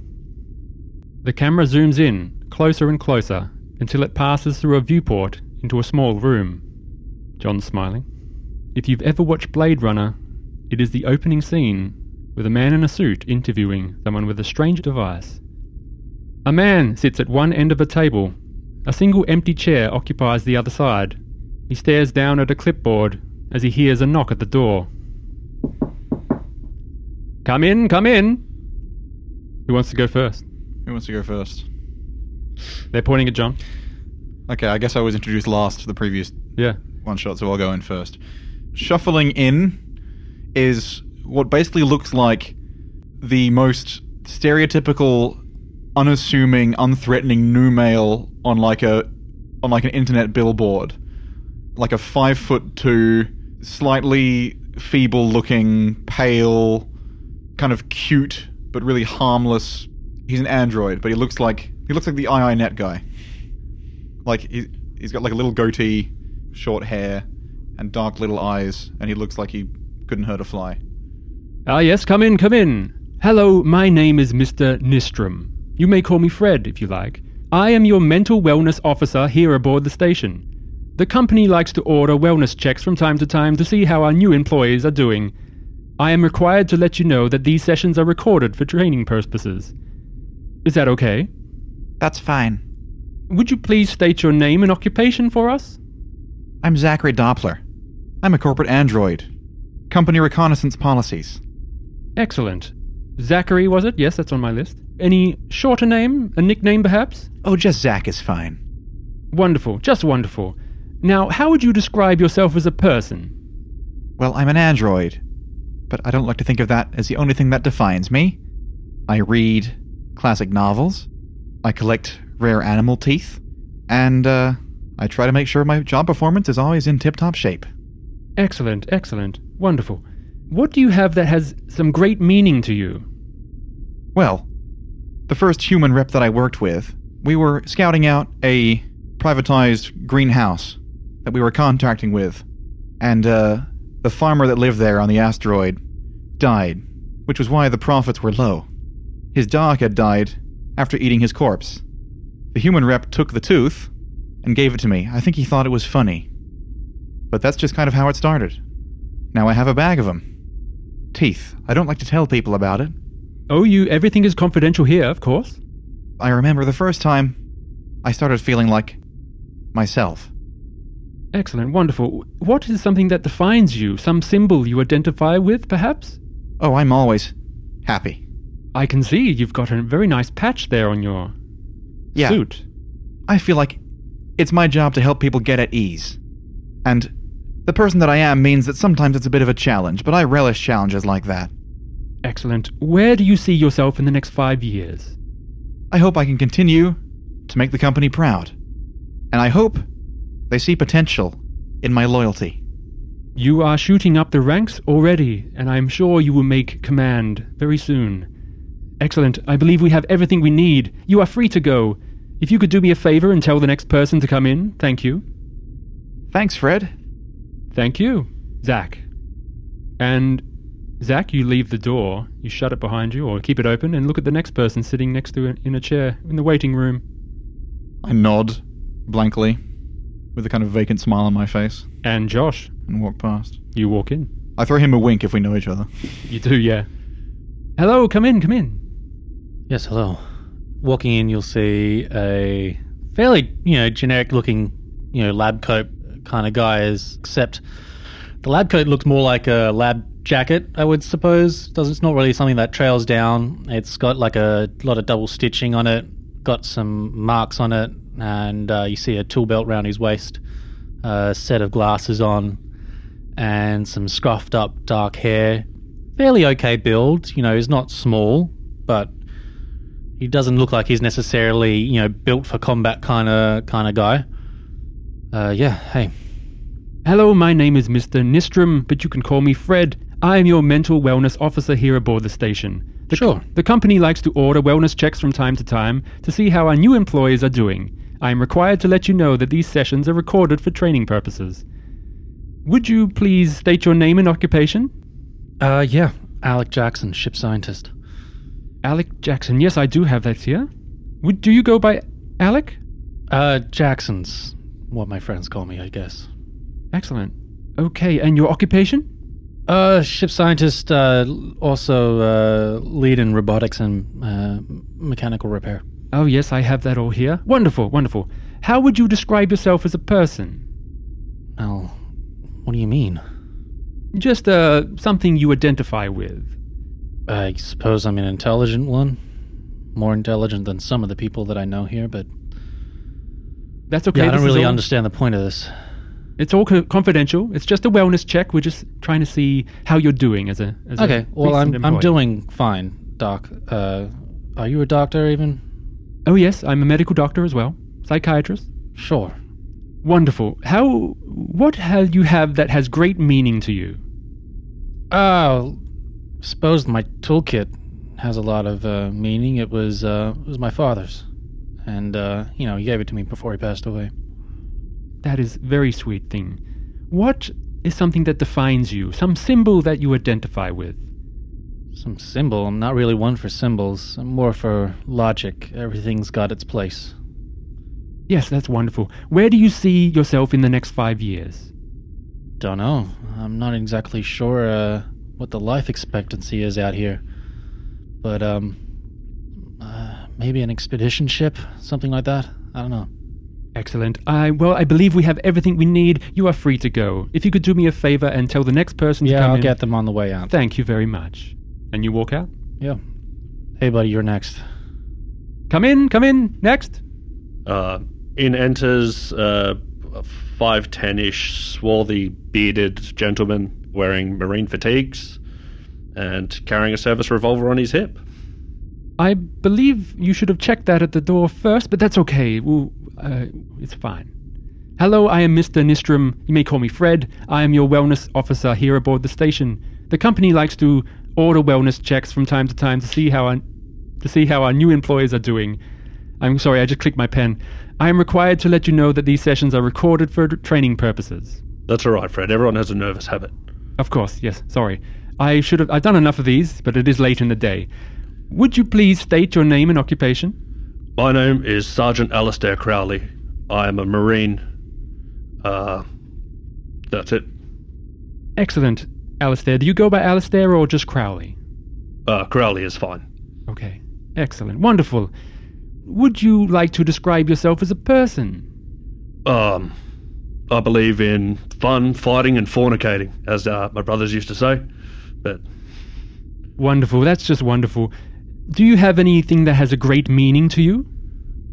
The camera zooms in closer and closer until it passes through a viewport into a small room. John's smiling. If you've ever watched Blade Runner, it is the opening scene with a man in a suit interviewing someone with a strange device. A man sits at one end of a table. A single empty chair occupies the other side. He stares down at a clipboard as he hears a knock at the door. Come in, come in. Who wants to go first?
Who wants to go first?
They're pointing at John.
Okay, I guess I was introduced last to the previous
Yeah.
one shot, so I'll go in first. Shuffling in is what basically looks like the most stereotypical, unassuming, unthreatening new male on like a on like an internet billboard, like a five foot two, slightly feeble looking, pale, kind of cute but really harmless. He's an android, but he looks like he looks like the IINet guy. Like he he's got like a little goatee, short hair, and dark little eyes, and he looks like he couldn't hurt a fly.
Ah, yes, come in, come in. Hello, my name is Mr. Nistrom. You may call me Fred if you like. I am your mental wellness officer here aboard the station. The company likes to order wellness checks from time to time to see how our new employees are doing. I am required to let you know that these sessions are recorded for training purposes. Is that okay?
That's fine.
Would you please state your name and occupation for us?
I'm Zachary Doppler. I'm a corporate android. Company reconnaissance policies.
Excellent. Zachary, was it? Yes, that's on my list. Any shorter name? A nickname, perhaps?
Oh, just Zach is fine.
Wonderful, just wonderful. Now, how would you describe yourself as a person?
Well,
I'm an android, but I don't like to think of that as the only thing that defines me. I read classic novels, I collect rare animal teeth, and uh, I try to make sure my job performance is always in tip top shape.
Excellent, excellent, wonderful. What do you have that has some great meaning to you?
Well, the first human rep that I worked with, we were scouting out a privatized greenhouse that we were contracting with, and uh, the farmer that lived there on the asteroid died, which was why the profits were low. His dog had died after eating his corpse. The human rep took the tooth and gave it to me. I think he thought it was funny. But that's just kind of how it started. Now I have a bag of them. Teeth. I don't like to tell people about it,
Oh, you, everything is confidential here, of course.
I remember the first time I started feeling like myself.
Excellent, wonderful. What is something that defines you? Some symbol you identify with, perhaps?
Oh, I'm always happy.
I can see you've got a very nice patch there on your
Yeah.
suit.
I feel like it's my job to help people get at ease. And The person that I am means that sometimes it's a bit of a challenge, but I relish challenges like that.
Excellent. Where do you see yourself in the next five years?
I hope I can continue to make the company proud. And I hope they see potential in my loyalty.
You are shooting up the ranks already, and I'm sure you will make command very soon. Excellent. I believe we have everything we need. You are free to go. If you could do me a favor and tell the next person to come in, thank you.
Thanks, Fred.
Thank you, Zach. And Zach, you leave the door, you shut it behind you, or keep it open, and look at the next person sitting next to it in a chair in the waiting room.
I nod blankly with a kind of vacant smile on my face
And Josh,
and walk past.
you walk in.
I throw him a wink if we know each other.
You do, yeah. Hello, come in, come in.
Yes, hello. Walking in, you'll see a fairly, you know, generic looking, you know, lab coat kind of guy, is, except the lab coat looks more like a lab jacket, I would suppose. Doesn't It's not really something that trails down. It's got like a lot of double stitching on it, got some marks on it, and uh, you see a tool belt round his waist, a set of glasses on, and some scruffed up dark hair. Fairly okay build, you know, he's not small, but he doesn't look like he's necessarily you know built for combat kind of kind of guy. Uh, yeah, hey,
Hello, my name is Mr. Nistrom, but you can call me Fred. I am your mental wellness officer here aboard the station. The
Sure.
The company likes to order wellness checks from time to time to see how our new employees are doing. I am required to let you know that these sessions are recorded for training purposes. Would you please state your name and occupation?
uh, yeah, Alec Jackson, ship scientist.
Alec Jackson. Yes, I do have that here. Would do you go by Alec?
Uh, Jackson's what my friends call me, I guess.
Excellent. Okay, and your occupation?
Uh, ship scientist, uh, also uh, lead in robotics and uh, mechanical repair.
Oh, yes, I have that all here. Wonderful, wonderful. How would you describe yourself as a person?
Well, what do you mean?
Just uh, something you identify with.
I suppose I'm an intelligent one, more intelligent than some of the people that I know here, but
That's okay.
yeah, I
this is
don't really
all-
understand the point of this.
It's all co- confidential. It's just a wellness check. We're just trying to see how you're doing as a. As a
Okay. Well,
recent
I'm I'm
employee.
doing fine, Doc. Uh, are you a doctor even?
Oh yes, I'm a medical doctor as well, psychiatrist.
Sure.
Wonderful. How? What have you have that has great meaning to you?
Uh, suppose my toolkit has a lot of uh, meaning. It was uh, it was my father's, and uh, you know he gave it to me before he passed away.
That is very sweet thing. What is something that defines you? Some symbol that you identify with?
Some symbol. I'm not really one for symbols. I'm more for logic. Everything's got its place.
Yes, that's wonderful. Where do you see yourself in the next five years?
Don't know. I'm not exactly sure uh, what the life expectancy is out here, but um, uh, maybe an expedition ship, something like that. I don't know.
Excellent. I well, I believe we have everything we need. You are free to go. If you could do me a favor and tell the next person to
Yeah,
come
I'll
in.
get them on the way out.
Thank you very much. And you walk out.
yeah. Hey, buddy, you're next.
Come in, come in. Next.
Uh, in enters uh, a 5'10-ish, swarthy, bearded gentleman wearing marine fatigues and carrying a service revolver on his hip.
I believe you should have checked that at the door first, but that's okay. We'll, uh, it's fine. Hello, I am Mr. Nistrom. You may call me Fred. I am your wellness officer here aboard the station. The company likes to order wellness checks from time to time to see how our, to see how our new employees are doing. I'm sorry, I just clicked my pen. I am required to let you know that these sessions are recorded for training purposes.
That's all right, Fred. Everyone has a nervous habit.
Of course, yes. Sorry. I should have I've done enough of these, but it is late in the day. Would you please state your name and occupation?
My name is Sergeant Alistair Crowley. I am a Marine. Uh, that's it.
Excellent. Alistair, do you go by Alistair or just Crowley?
Uh, Crowley is fine.
Okay. Excellent. Wonderful. Would you like to describe yourself as a person?
Um, I believe in fun, fighting, and fornicating, as uh, my brothers used to say. But
Wonderful. That's just wonderful. Do you have anything that has a great meaning to you?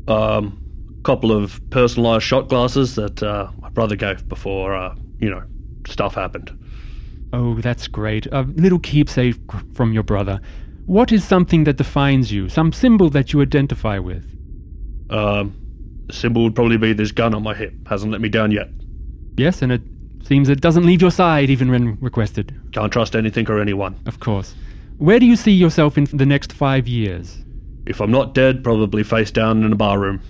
um, a couple of personalised shot glasses that uh, my brother gave before, uh, you know, stuff happened.
Oh, that's great. A little keepsake from your brother. What is something that defines you? Some symbol that you identify with?
Um, the symbol would probably be this gun on my hip. Hasn't let me down yet.
Yes, and it seems it doesn't leave your side even when requested.
Can't trust anything or anyone.
Of course. Where do you see yourself in the next five years?
If I'm not dead, probably face down in a bar room.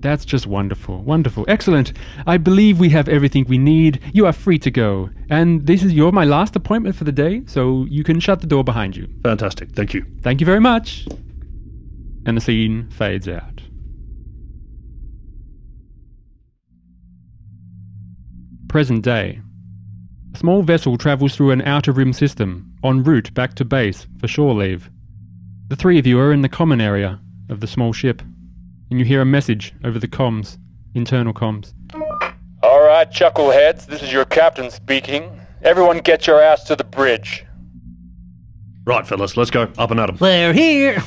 That's just wonderful. Wonderful. Excellent. I believe we have everything we need. You are free to go. And this is your my last appointment for the day, so you can shut the door behind you.
Fantastic. Thank you.
Thank you very much. And the scene fades out. Present day. A small vessel travels through an outer rim system, en route back to base for shore leave. The three of you are in the common area of the small ship, and you hear a message over the comms, internal comms.
All right, chuckleheads, this is your captain speaking. Everyone get your ass to the bridge.
Right, fellas, let's go. Up and at 'em.
They're here.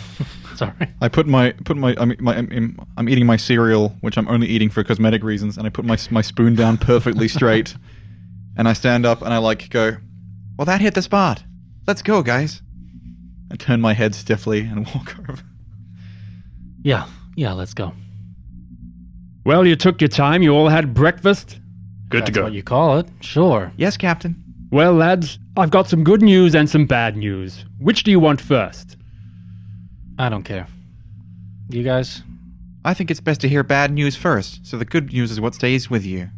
Sorry.
I put my put my I'm my I'm, I'm eating my cereal, which I'm only eating for cosmetic reasons, and I put my my spoon down perfectly straight, and I stand up and I like go, well that hit the spot. Let's go, guys. I turn my head stiffly and walk over.
Yeah. Yeah. Let's go.
Well, you took your time. You all had breakfast.
Good to
That's
go.
what you call it. Sure.
Yes, Captain.
Well, lads, I've got some good news and some bad news. Which do you want first?
I don't care. You guys.
I think it's best to hear bad news first, so the good news is what stays with you.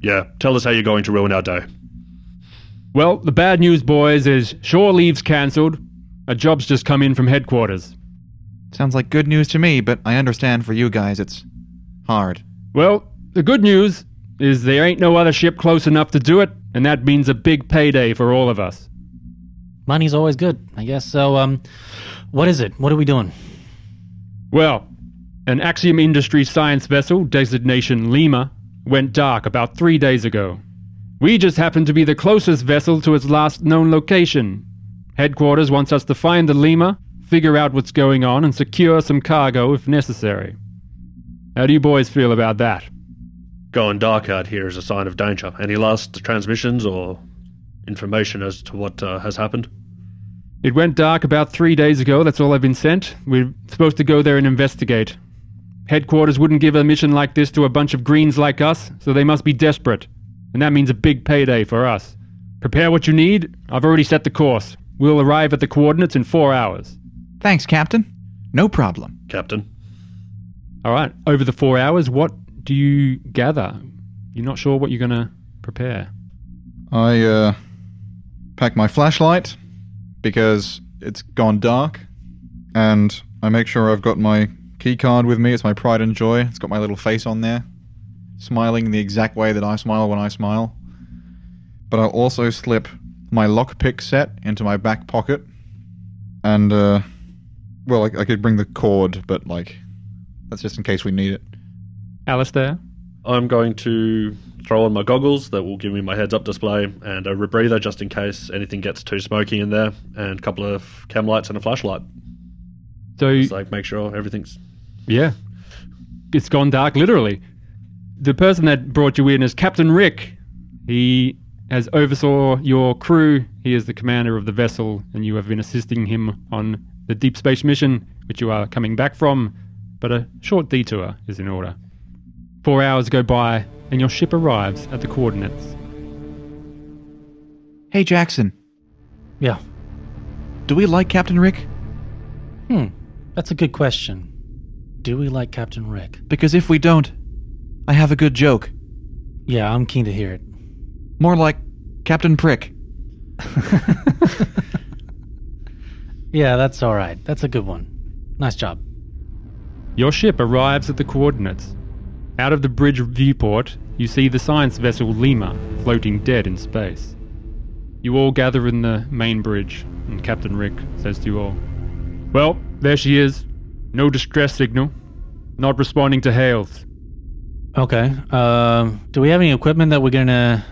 yeah, tell us how you're going to ruin our day.
Well, the bad news, boys, is shore leave's cancelled. A job's just come in from headquarters.
Sounds like good news to me, but I understand for you guys it's hard.
Well, the good news is there ain't no other ship close enough to do it, and that means a big payday for all of us.
Money's always good, I guess. So, um, what is it? What are we doing?
Well, an Axiom Industries science vessel, designation Lima, went dark about three days ago. We just happened to be the closest vessel to its last known location. Headquarters wants us to find the Lima, figure out what's going on, and secure some cargo if necessary. How do you boys feel about that?
Going dark out here is a sign of danger. Any last transmissions or information as to what uh, has happened?
It went dark about three days ago. That's all I've been sent. We're supposed to go there and investigate. Headquarters wouldn't give a mission like this to a bunch of greens like us, so they must be desperate. And that means a big payday for us. Prepare what you need. I've already set the course. We'll arrive at the coordinates in four hours.
Thanks, Captain. No problem.
Captain?
All right. Over the four hours, what do you gather? You're not sure what you're going to prepare.
I uh, pack my flashlight because it's gone dark, and I make sure I've got my key card with me. It's my pride and joy. It's got my little face on there, smiling the exact way that I smile when I smile. But I'll also slip my lockpick set into my back pocket, and uh, well, I, I could bring the cord, but like that's just in case we need it.
Alistair?
I'm going to throw on my goggles that will give me my heads up display and a rebreather just in case anything gets too smoky in there, and a couple of cam lights and a flashlight.
So,
Just like make sure everything's.
Yeah. It's gone dark, literally. The person that brought you in is Captain Rick. He has oversaw your crew. He is the commander of the vessel, and you have been assisting him on the deep space mission, which you are coming back from. But a short detour is in order. Four hours go by, and your ship arrives at the coordinates.
Hey, Jackson,
Yeah.
do we like Captain Rick?
Hmm. That's a good question. Do we like Captain Rick?
Because if we don't, I have a good joke.
Yeah, I'm keen to hear it.
More like Captain Prick.
Yeah, that's all right. That's a good one. Nice job.
Your ship arrives at the coordinates. Out of the bridge viewport, you see the science vessel Lima floating dead in space. You all gather in the main bridge, and Captain Rick says to you all, Well, there she is. No distress signal. Not responding to hails.
Okay. Um, do we have any equipment that we're gonna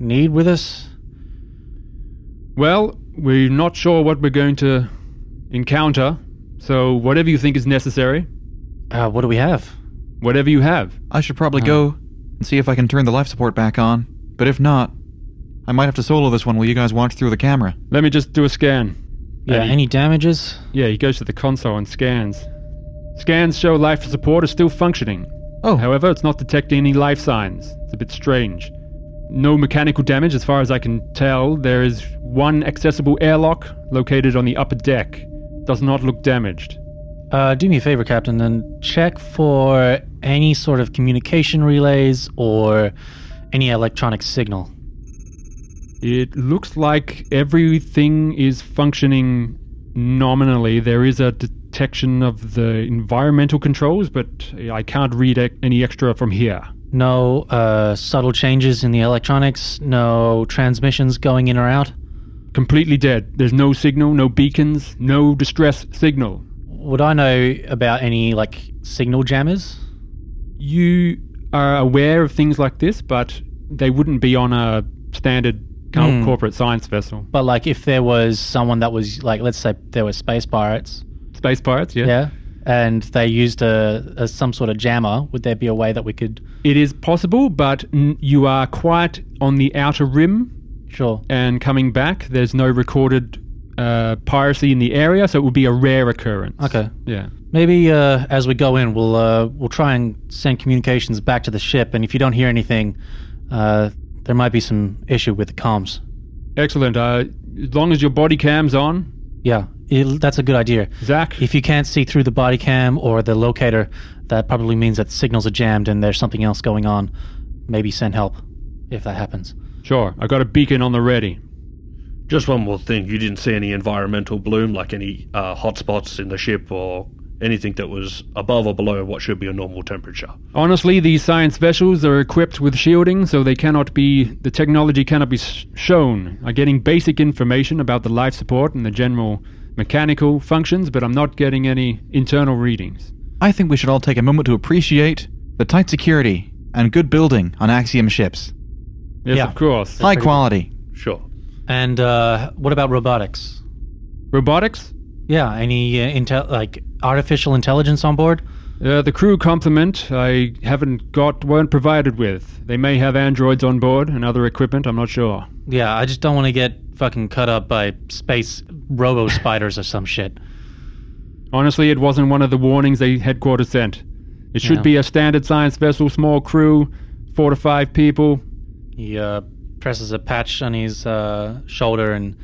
need with us?
Well, we're not sure what we're going to encounter, so whatever you think is necessary,
Uh, what do we have?
whatever you have.
Uh. I should probably go and see if I can turn the life support back on. But if not, I might have to solo this one while you guys watch through the camera.
Let me just do a scan.
Yeah,
And he-
any damages?
yeah, he goes to the console and scans. Scans show life support is still functioning.
Oh.
However, it's not detecting any life signs. It's a bit strange. No mechanical damage, as far as I can tell. There is one accessible airlock located on the upper deck. Does not look damaged.
Uh, do me a favor, Captain, and check for any sort of communication relays or any electronic signal.
It looks like everything is functioning nominally. There is a detection of the environmental controls, but I can't read e- any extra from here.
No uh, subtle changes in the electronics, no transmissions going in or out.
Completely dead. There's no signal, no beacons, no distress signal.
Would I know about any like signal jammers?
You are aware of things like this, but they wouldn't be on a standard co-
Hmm.
corporate science vessel.
But like if there was someone that was like let's say there were space pirates,
Space pirates, yeah.
yeah, and they used a, a some sort of jammer, would there be a way that we could
It is possible, but n- you are quite on the outer rim
sure.
and coming back, there's no recorded uh, piracy in the area, so it would be a rare occurrence.
Okay.
Yeah.
Maybe uh, as we go in, we'll uh, we'll try and send communications back to the ship, and if you don't hear anything, uh, there might be some issue with the comms.
Excellent. Uh, as long as your body cam's on,
Yeah, it, that's a good idea.
Zach.
If you can't see through the body cam or the locator, that probably means that signals are jammed and there's something else going on. Maybe send help if that happens.
Sure. I got a beacon on the ready.
Just one more thing. You didn't see any environmental bloom, like any uh, hotspots in the ship or anything that was above or below what should be a normal temperature.
Honestly, these science vessels are equipped with shielding, so they cannot be. The technology cannot be s- shown. I'm getting basic information about the life support and the general mechanical functions, but I'm not getting any internal readings.
I think we should all take a moment to appreciate the tight security and good building on Axiom ships.
Yes,
Yeah.
of course.
High quality.
Sure.
And uh, what about robotics?
Robotics?
Yeah, any uh, intel like artificial intelligence on board?
Uh, the crew complement I haven't got, weren't provided with. They may have androids on board and other equipment, I'm not sure.
Yeah, I just don't want to get fucking cut up by space robo spiders or some shit.
Honestly, it wasn't one of the warnings they headquarters sent. It should
Yeah.
be a standard science vessel, small crew, four to five people.
He uh, presses a patch on his uh, shoulder, and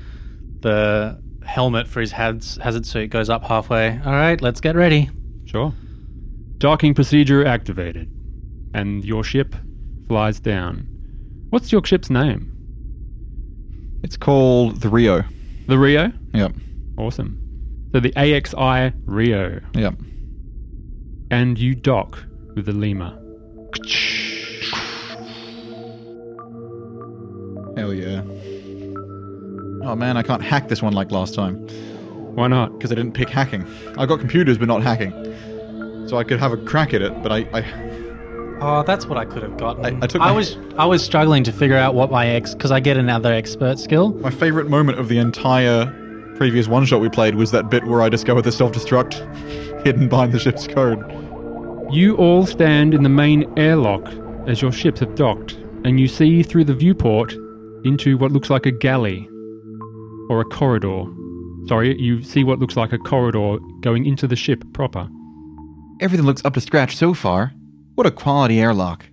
the helmet for his haz- hazard suit goes up halfway. All right, let's get ready.
Sure. Docking procedure activated. And your ship flies down. What's your ship's name?
It's called the Rio.
The Rio?
Yep.
Awesome. So the AXI Rio.
Yep.
And you dock with the Lima.
Hell yeah. Oh man, I can't hack this one like last time
Why not?
because I didn't pick hacking. I got computers but not hacking. So I could have a crack at it, but I, I
Oh, that's what I could have gotten.
I- I took
I
my-
was I was struggling to figure out what my ex because I get another expert skill.
my favorite moment of the entire previous one shot we played was that bit where I discovered the self-destruct hidden behind the ship's code.
You all stand in the main airlock as your ships have docked, and you see through the viewport into what looks like a galley or a corridor. Sorry, you see what looks like a corridor going into the ship proper.
Everything looks up to scratch so far. What a quality airlock.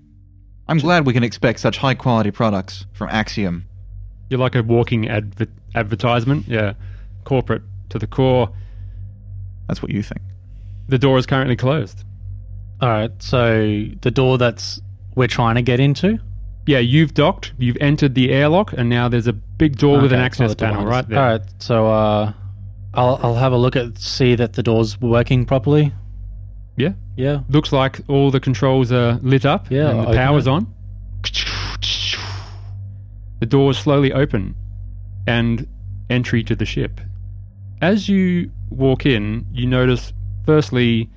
I'm glad we can expect such high quality products from Axiom.
You're like a walking adver- advertisement, yeah, corporate to the core.
That's what you think.
The door is currently closed.
All right, so the door that's we're trying to get into.
Yeah, you've docked, you've entered the airlock, and now there's a big door with an
Okay,
access
so the door
panel
is-
right there.
All right, so uh, I'll I'll have a look at see that the door's working properly.
Yeah,
Yeah.
looks like all the controls are lit up
Yeah,
and the
open
power's
it.
on. The doors slowly open and entry to the ship. As you walk in, you notice firstly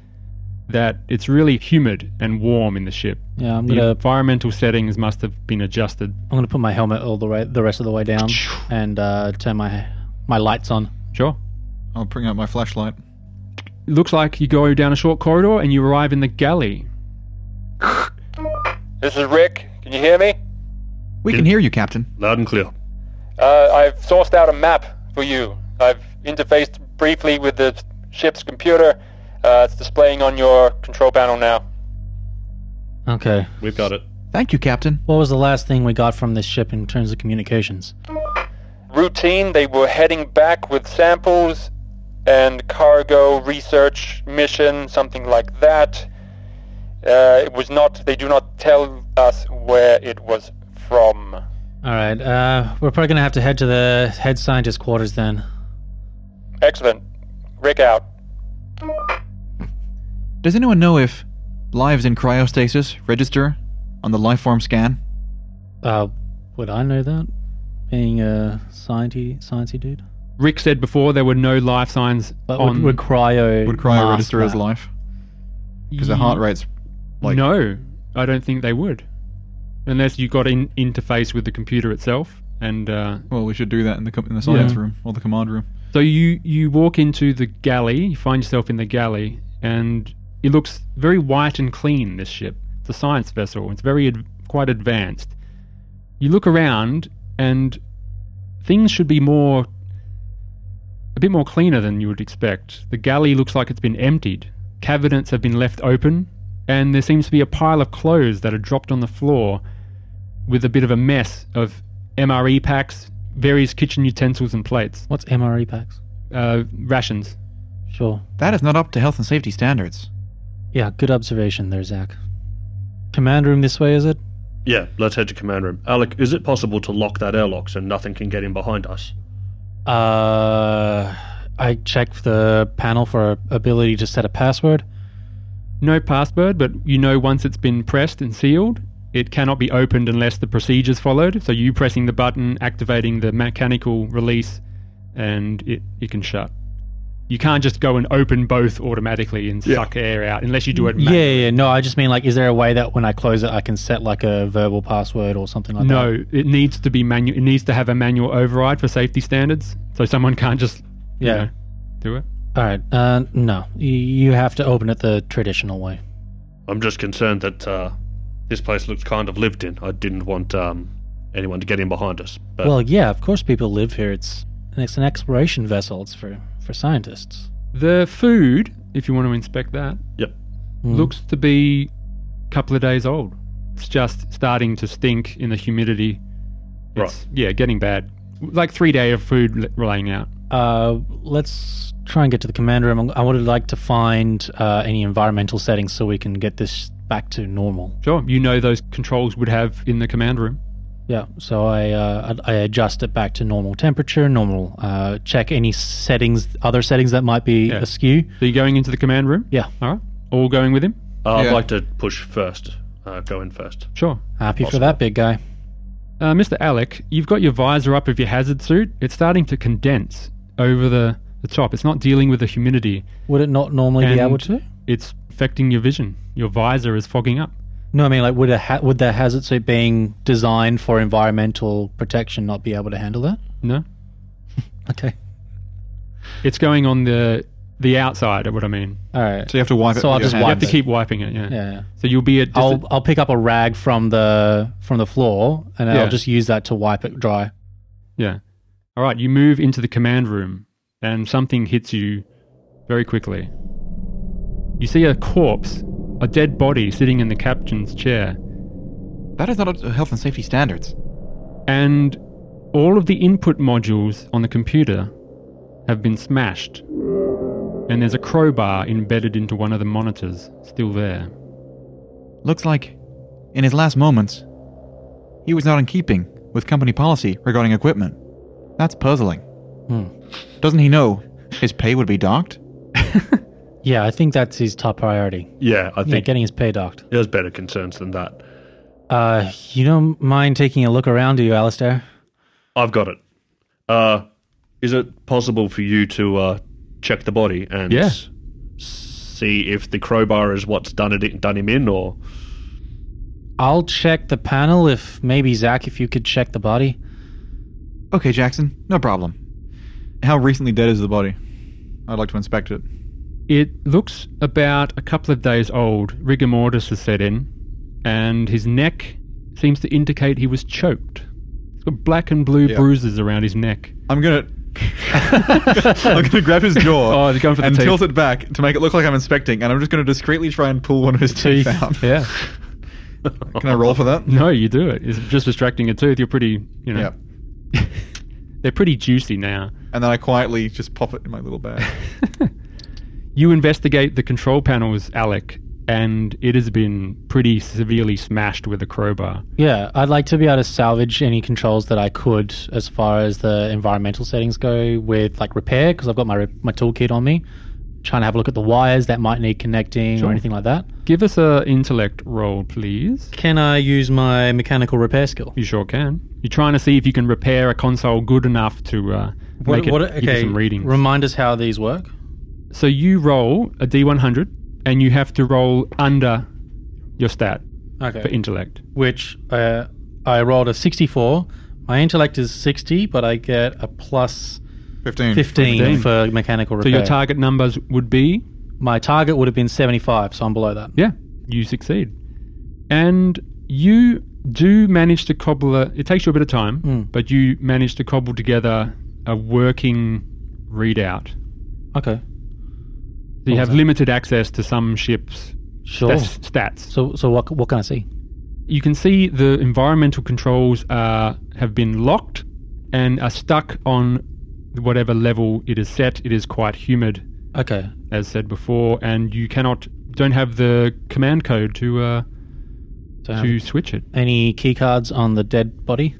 that it's really humid and warm in the ship.
Yeah, I'm
The
gonna
environmental settings must have been adjusted.
I'm gonna put my helmet all the way, the rest of the way down, and uh, turn my my lights on.
Sure.
I'll bring out my flashlight.
It looks like you go down a short corridor and you arrive in the galley.
This is Rick. Can you hear me?
We can hear you, Captain.
Loud and clear.
Uh, I've sourced out a map for you. I've interfaced briefly with the ship's computer. Uh, it's displaying on your control panel now.
Okay.
We've got it.
Thank you, Captain.
What was the last thing we got from this ship in terms of communications?
Routine, they were heading back with samples and cargo research mission, something like that. Uh, it was not, they do not tell us where it was from.
All right. Uh, we're probably gonna have to head to the head scientist quarters then.
Excellent. Rick out.
Does anyone know if lives in cryostasis register on the lifeform scan?
Uh, would I know that? Being a sciencey, sciencey dude.
Rick said before there were no life signs
But
on.
would, would cryo
Would cryo
mask
register as
that?
life? Because the heart rate's like
no, I don't think they would, unless you got in interface with the computer itself. And uh,
Well, we should do that in the com- in the science
Yeah.
room or the command room.
so you you walk into the galley, you find yourself in the galley, and it looks very white and clean. This ship, it's a science vessel. It's very ad- quite advanced. You look around, and things should be more a bit more cleaner than you would expect. The galley looks like it's been emptied. Cabinets have been left open, and there seems to be a pile of clothes that are dropped on the floor with a bit of a mess of MRE packs, various kitchen utensils and plates,
What's MRE packs?
uh, rations.
Sure.
That is not up to health and safety standards.
Yeah. Good observation there, Zach. Command room this way, is it?
Yeah, let's head to command room. Alec, is it possible to lock that airlock so nothing can get in behind us?
Uh, I checked the panel for ability to set a password.
No password, but you know once it's been pressed and sealed, it cannot be opened unless the procedure's followed. So you pressing the button, activating the mechanical release, and it, it can shut. You can't just go and open both automatically and suck air out unless you do it.
Mm, Yeah,
manually.
yeah, yeah. No, I just mean like, is there a way that when I close it, I can set like a verbal password or something like that?
No, it needs to be manual. It needs to have a manual override for safety standards. So someone can't just you
Yeah.
know, do it.
All right. Uh, no, Y- you have to open it the traditional way.
I'm just concerned that uh, this place looks kind of lived in. I didn't want um, anyone to get in behind us. But
Well, yeah, of course people live here. It's and it's an exploration vessel. It's for for scientists.
The food, if you want to inspect that,
yep,
looks to be a couple of days old. It's just starting to stink in the humidity.
Right.
It's, Yeah, getting bad. Like three day of food l- laying out.
Uh, let's try and get to the command room. I would like to find uh, any environmental settings so we can get this back to normal.
Sure, you know those controls would have in the command room.
Yeah, so I uh, I I adjust it back to normal temperature, normal. Uh, check any settings, other settings that might be
Yeah.
askew.
So you're going into the command room?
Yeah,
All right. All going with him?
uh,
Yeah.
I'd like to push first. Uh, go in first.
Sure.
happy for that big guy.
Uh, Mr. Alec, you've got your visor up of your hazard suit. It's starting to condense over the, the top. It's not dealing with the humidity.
Would it not normally
And
be able to?
It's affecting your vision. Your visor is fogging up.
No, I mean like would a ha- would the hazard suit being designed for environmental protection not be able to handle that?
No?
Okay,
It's going on the the outside, what I mean.
all right.
So you have to wipe it.
So I'll
with your
just
hand.
You
wipe
have to
it.
keep wiping it, yeah.
Yeah,
So you'll be at
I'll I'll pick up a rag from the from the floor and
Yeah.
I'll just use that to wipe it dry.
yeah. All right, you move into the command room, and something hits you very quickly. You see a corpse, a dead body, sitting in the captain's chair,
That is not up to health and safety standards.
and all of the input modules on the computer have been smashed. And there's a crowbar embedded into one of the monitors, still there.
Looks like, in his last moments, he was not in keeping with company policy regarding equipment. That's puzzling.
Hmm.
Doesn't he know his pay would be docked?
Yeah, I think that's his top priority.
Yeah, I
Yeah,
think
getting his pay docked.
there's better concerns than that.
Uh, you don't mind taking a look around, do you, Alistair?
I've got it. Uh, is it possible for you to uh, check the body and
Yeah.
s- see if the crowbar is what's done it done him in, or
I'll check the panel if maybe Zach, if you could check the body.
Okay, Jackson, no problem. How recently dead is the body? I'd like to inspect it.
It looks about a couple of days old. Rigor mortis has set in, and his neck seems to indicate he was choked. He's got black and blue
Yeah.
bruises around his neck.
I'm gonna. I'm gonna grab his jaw
Oh, he's going for the
and
teeth.
tilt it back to make it look like I'm inspecting, and I'm just gonna discreetly try and pull one of his teeth, out.
Yeah.
Can I roll for that?
No, you do it. It's just distracting a tooth. You're pretty, you know,
Yeah.
they're pretty juicy now.
And then I quietly just pop it in my little bag.
You investigate the control panels, Alec, and it has been pretty severely smashed with a crowbar.
Yeah, I'd like to be able to salvage any controls that I could as far as the environmental settings go with like repair because I've got my re- my toolkit on me. Trying to have a look at the wires that might need connecting or anything like that.
Give us a intellect roll, please.
Can I use my mechanical repair skill?
You sure can. You're trying to see if you can repair a console good enough to uh, make it give you some readings.
Remind us how these work.
so you roll a d100, and you have to roll under your stat
Okay.
for intellect.
Which uh, I rolled a 64. My intellect is 60, but I get a plus
Fifteen.
15,
15.
for mechanical
So
repair.
your target numbers would be
my target would have been 75, so I'm below that.
Yeah, you succeed. And you do manage to cobble a, it takes you a bit of time, but you manage to cobble together a working readout.
Okay.
So you have limited access to some ships
Sure.
s- stats.
So, so what, what can I see?
You can see the environmental controls are have been locked and are stuck on whatever level it is set. It is quite humid,
Okay.
as said before, and you cannot don't have the command code to uh,
So
Um,
to switch it.
any key cards on the dead body?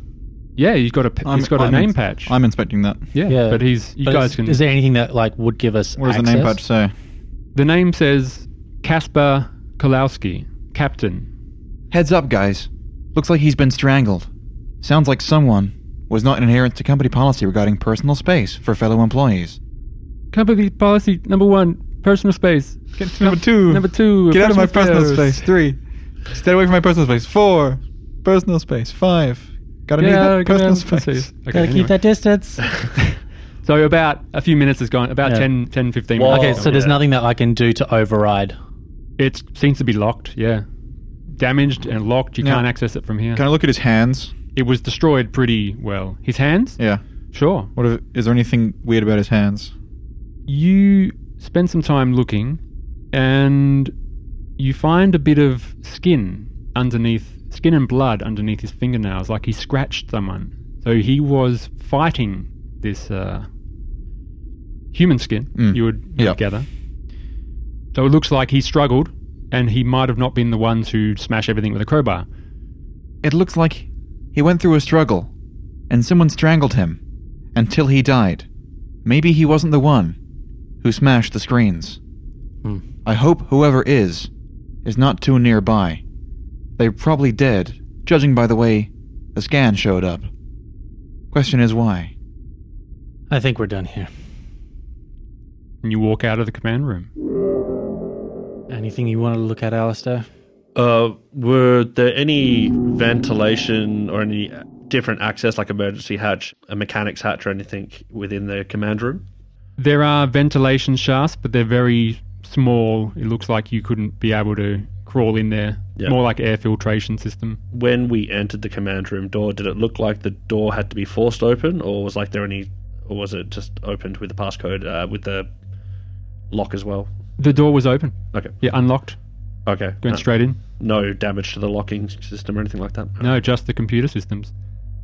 Yeah, he's got a p- he's got a name patch.
I'm inspecting that.
yeah,
Yeah.
but he's you
But
guys
is-
can.
Is there anything that like would give us
What does the
access?
name patch say?
the name says Casper Kolowski, Captain.
Heads up, guys. Looks like he's been strangled. Sounds like someone was not adherent to company policy regarding personal space for fellow employees.
Company policy number one: personal space.
Number two.
Number two:
Get out of my personal space. Three. Stay away from my personal space. Four. Personal space. Five. Gotta need
Yeah,
that personal
yeah,
space.
space. Okay,
Gotta
anyway.
keep that distance.
So about a few minutes has gone. About
Yeah.
ten, ten, fifteen 10, 15
Well-
minutes.
okay,
Oh,
so there's
yeah.
nothing that I can do to override.
It seems to be locked. Yeah, damaged and locked. You
Yeah.
can't access it from here.
Can I look at his hands?
it was destroyed pretty well. His hands?
Yeah.
Sure.
What if, is there anything weird about his hands?
you spend some time looking and you find a bit of skin underneath skin and blood underneath his fingernails like he scratched someone so he was fighting this uh, human skin
Mm.
you would
Yeah.
gather so it looks like he struggled and he might have not been the one to smash everything with a crowbar
It looks like he went through a struggle, and someone strangled him until he died. Maybe he wasn't the one who smashed the screens.
Hmm.
I hope whoever is is not too nearby. They're probably dead, judging by the way the scan showed up. Question is why?
I think we're done here.
and you walk out of the command room
Anything you want to look at, Alistair?
Uh, were there any ventilation or any different access, like emergency hatch, a mechanics hatch, or anything within the command room?
There are ventilation shafts, but they're very small. It looks like you couldn't be able to crawl in there.
Yeah.
More like air filtration system.
When we entered the command room door, did it look like the door had to be forced open, or was like there any, or was it just opened with the passcode uh, with the lock as well?
The door was open.
Okay.
Yeah, unlocked.
Okay.
Went
Uh,
straight in.
no damage to the locking system or anything like that.
No, just the computer systems.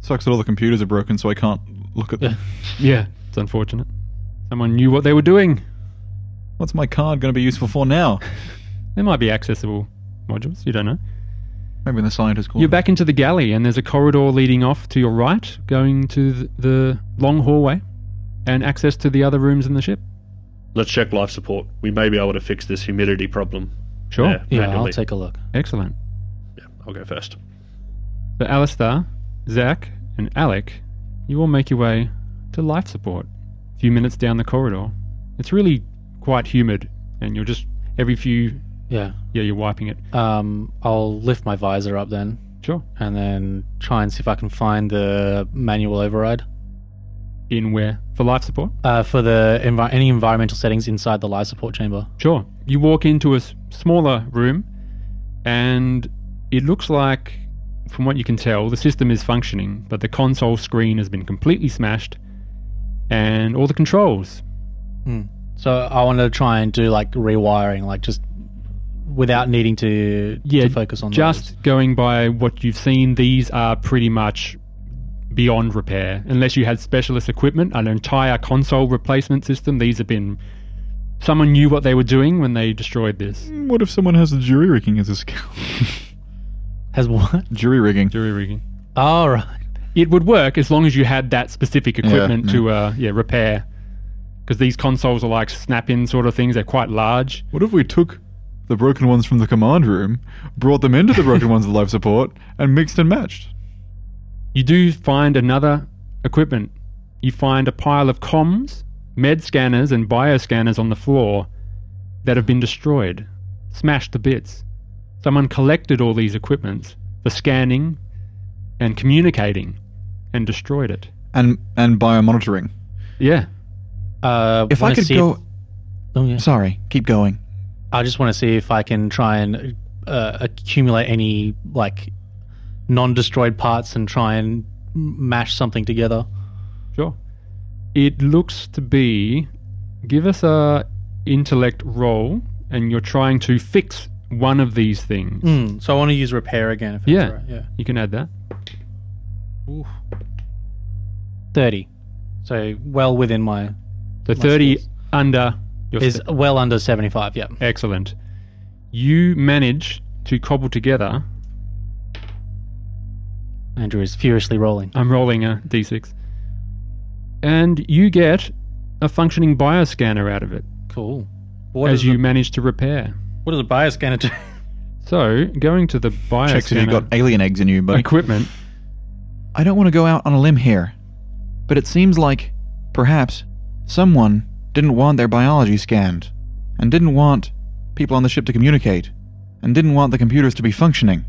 Sucks that all the computers are broken, so I can't look at them.
Yeah, it's unfortunate. Someone knew what they were doing.
What's my card going to be useful for now?
There might be accessible modules. You don't know.
Maybe the scientist called.
You're back into the galley, and there's a corridor leading off to your right, going to th- the long hallway, and access to the other rooms in the ship.
Let's check life support. We may be able to fix this humidity problem.
Sure.
there
Yeah, I'll
manually.
take a look.
Excellent.
Yeah, I'll go first.
So Alistair, Zach, and Alec, you all make your way to life support. A few minutes down the corridor. It's really quite humid, and you're just every few
Yeah.
yeah, you're wiping it.
Um, I'll lift my visor up then
Sure.
and then try and see if I can find the manual override
In where? For life support?
uh, for the envi- any environmental settings inside the life support chamber.
Sure. You walk into a s- smaller room, and it looks like from what you can tell, the system is functioning, but the console screen has been completely smashed, and all the controls.
So I want to try and do like rewiring, like just without needing to to focus on
just
those.
going by what you've seen. These are pretty much beyond repair, unless you had specialist equipment, an entire console replacement system. These have been. Someone knew what they were doing when they destroyed this.
What if someone has a jury rigging as a skill?
has what?
jury rigging.
Jury rigging.
All right.
It would work as long as you had that specific equipment
yeah.
to uh, yeah repair. Because these consoles are like snap-in sort of things. They're quite large.
What if we took the broken ones from the command room, brought them into the broken ones of life support, and mixed and matched?
you do find another equipment. You find a pile of comms, med scanners, and bioscanners on the floor that have been destroyed, smashed to bits. Someone collected all these equipments for scanning and communicating and destroyed it.
And and biomonitoring.
Yeah.
Uh,
If I
wanna
could
see
go.
oh, yeah.
Sorry, keep going.
I just want to see if I can try and uh, accumulate any like non-destroyed parts and try and m- mash something together.
Sure. It looks to be. Give us a intellect roll, and you're trying to fix one of these things.
Mm, so I want to use repair again. If
Yeah.
That's all right. Yeah.
You can add that.
Thirty. So well within my
So
My
thirty
skills.
under your
is
sta-
well under seventy-five. Yeah.
Excellent. You manage to cobble together.
Andrew is furiously rolling.
I'm rolling a d6. And you get a functioning bioscanner out of it
Cool. What
as
does
you
the,
manage to repair.
what does a bioscanner do?
So, going to the
Checks if you've got
bioscanner
alien eggs in you, buddy.
equipment,
I don't want to go out on a limb here, but it seems like, perhaps, someone didn't want their biology scanned, and didn't want people on the ship to communicate, and didn't want the computers to be functioning.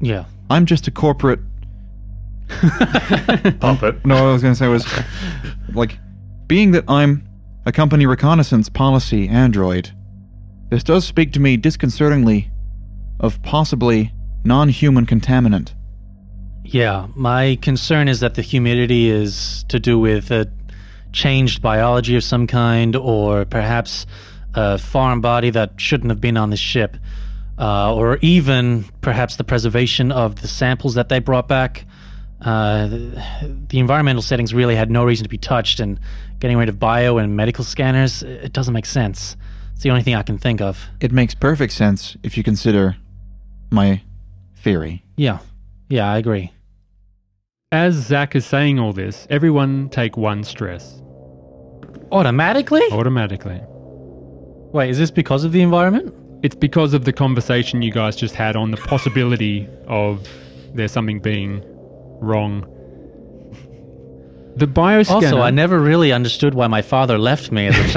yeah.
I'm just a corporate.
Puppet.
No, what I was going to say was, like, being that I'm a company reconnaissance policy android, this does speak to me disconcertingly of possibly non human contaminant.
Yeah, my concern is that the humidity is to do with a changed biology of some kind, or perhaps a foreign body that shouldn't have been on the ship, uh, or even perhaps the preservation of the samples that they brought back. Uh, the, the environmental settings really had no reason to be touched, and getting rid of bio and medical scanners, it it doesn't make sense. It's the only thing I can think of.
It makes perfect sense if you consider my theory.
Yeah, yeah, I agree.
as Zach is saying all this, everyone take one stress
Automatically?
automatically.
Wait, is this because of the environment?
It's because of the conversation you guys just had on the possibility of there's something being wrong. The bioscanner.
Also, I never really understood why my father left me as a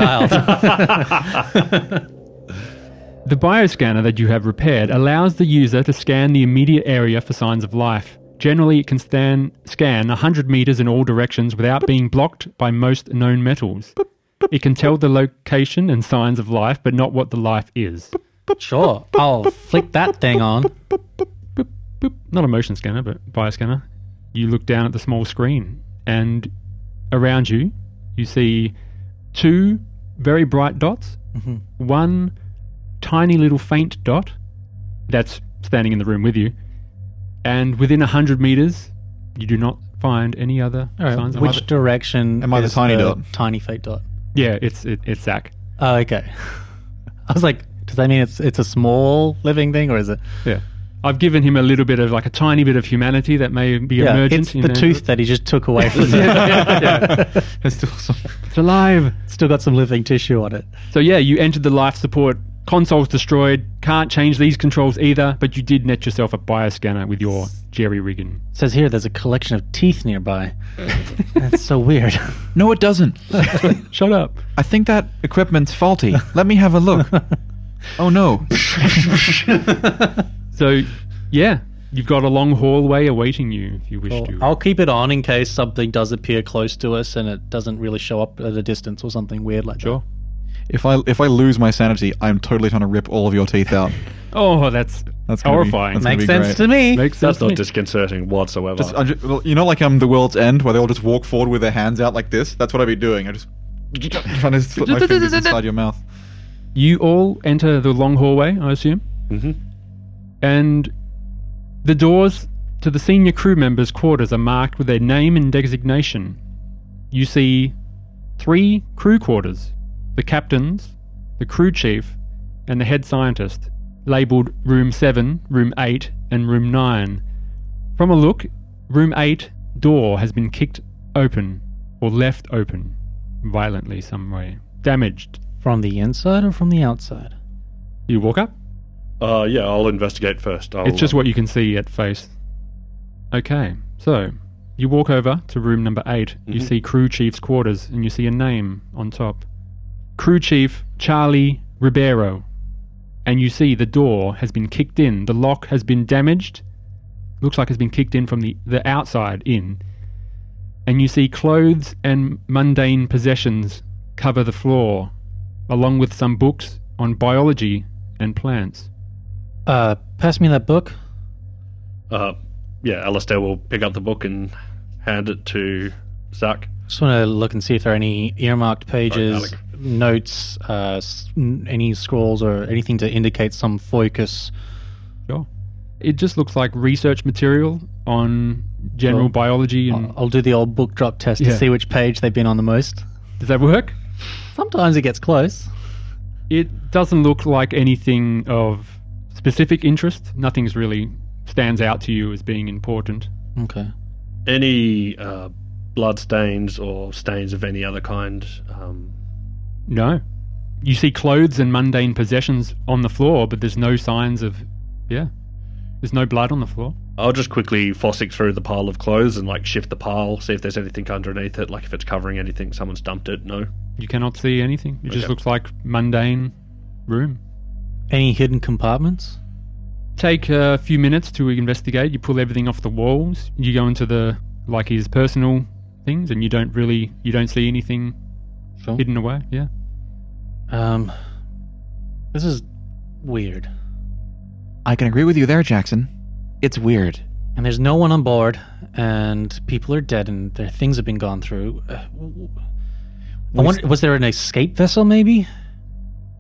child.
The bioscanner that you have repaired allows the user to scan the immediate area for signs of life. Generally, it can stan- scan 100 meters in all directions without being blocked by most known metals. It can tell the location and signs of life, but not what the life is.
sure, I'll flick that thing on.
Boop, boop. Not a motion scanner, but bioscanner. You look down at the small screen, and around you, you see two very bright dots,
Mm-hmm.
one tiny little faint dot that's standing in the room with you, and within a hundred meters, you do not find any other
All right,
signs of
which
life.
direction
Am I the
is
tiny dot?
Tiny fake dot.
Yeah, it's it, it's Zach.
Oh, okay. I was like, does that mean it's it's a small living thing or is it?
Yeah. I've given him a little bit of like a tiny bit of humanity that may be
Yeah,
emergent.
it's
in
the
a-
tooth that he just took away from me.
There's still some.
It's alive.
Still got some living tissue on it.
So yeah, you entered the life support. Console's destroyed. Can't change these controls either. But you did net yourself a bioscanner with your Jerry Riggin.
says here there's a collection of teeth nearby. That's so weird.
No, it doesn't.
Shut up.
I think that equipment's faulty. Let me have a look. Oh no.
So yeah, you've got a long hallway awaiting you if you
Oh,
wish to.
I'll keep it on in case something does appear close to us and it doesn't really show up at a distance or something weird like that.
sure.
If I if I lose my sanity, I'm totally trying to rip all of your teeth out.
Oh, that's
That's gonna be-
horrifying.
that's gonna
Makes
be
sense
great.
to me.
Makes sense
That's
to
not
me.
disconcerting whatsoever.
Just, I ju- well, you know, like um, the world's end, where they all just walk forward with their hands out like this. That's what I'd be doing. I just trying to slip my fingers inside your mouth.
You all enter the long hallway, I assume,
Mhm.
and the doors to the senior crew members' quarters are marked with their name and designation. You see three crew quarters the captain's, the crew chief, and the head scientist, labeled Room 7, Room 8, and Room 9. From a look, Room 8 door has been kicked open or left open violently some way, damaged.
From the inside or from the outside?
You walk up.
uh, yeah, I'll investigate first. I'll,
It's just
uh,
what you can see at face. Okay, so you walk over to room number 8 You
Mhm.
see crew chief's quarters, and you see a name on top Crew Chief Charlie Ribeiro. And you see the door has been kicked in, the lock has been damaged. Looks like it's been kicked in from the, the outside in. And you see clothes and mundane possessions cover the floor, along with some books on biology and plants.
Uh, pass me that book.
uh, yeah, Alistair will pick up the book and hand it to Zach.
Just want to look and see if there are any earmarked pages,
Alec.
notes, uh, s- n- any scrolls, or anything to indicate some focus.
Sure. It just looks like research material on general
Sure.
biology and
I'll, I'll do the old book drop test
Yeah.
to see which page they've been on the most.
does that work?
Sometimes it gets close.
It doesn't look like anything of specific interest. Nothing's really stands out to you as being important.
Okay.
Any uh, blood stains or stains of any other kind? Um,
No. You see clothes and mundane possessions on the floor, but there's no signs of yeah. There's no blood on the floor.
I'll just quickly fossick through the pile of clothes and like shift the pile, see if there's anything underneath it, like if it's covering anything, someone's dumped it. No.
You cannot see anything. It just
Okay.
looks like mundane room.
Any hidden compartments?
take a few minutes to investigate. You pull everything off the walls. You go into the like his personal things, and you don't really you don't see anything
Sure.
hidden away. Yeah.
Um, this is weird.
I can agree with you there, Jackson. It's weird.
And there's no one on board, and people are dead, and their things have been gone through. Uh, w- I wonder, was there an escape vessel, maybe?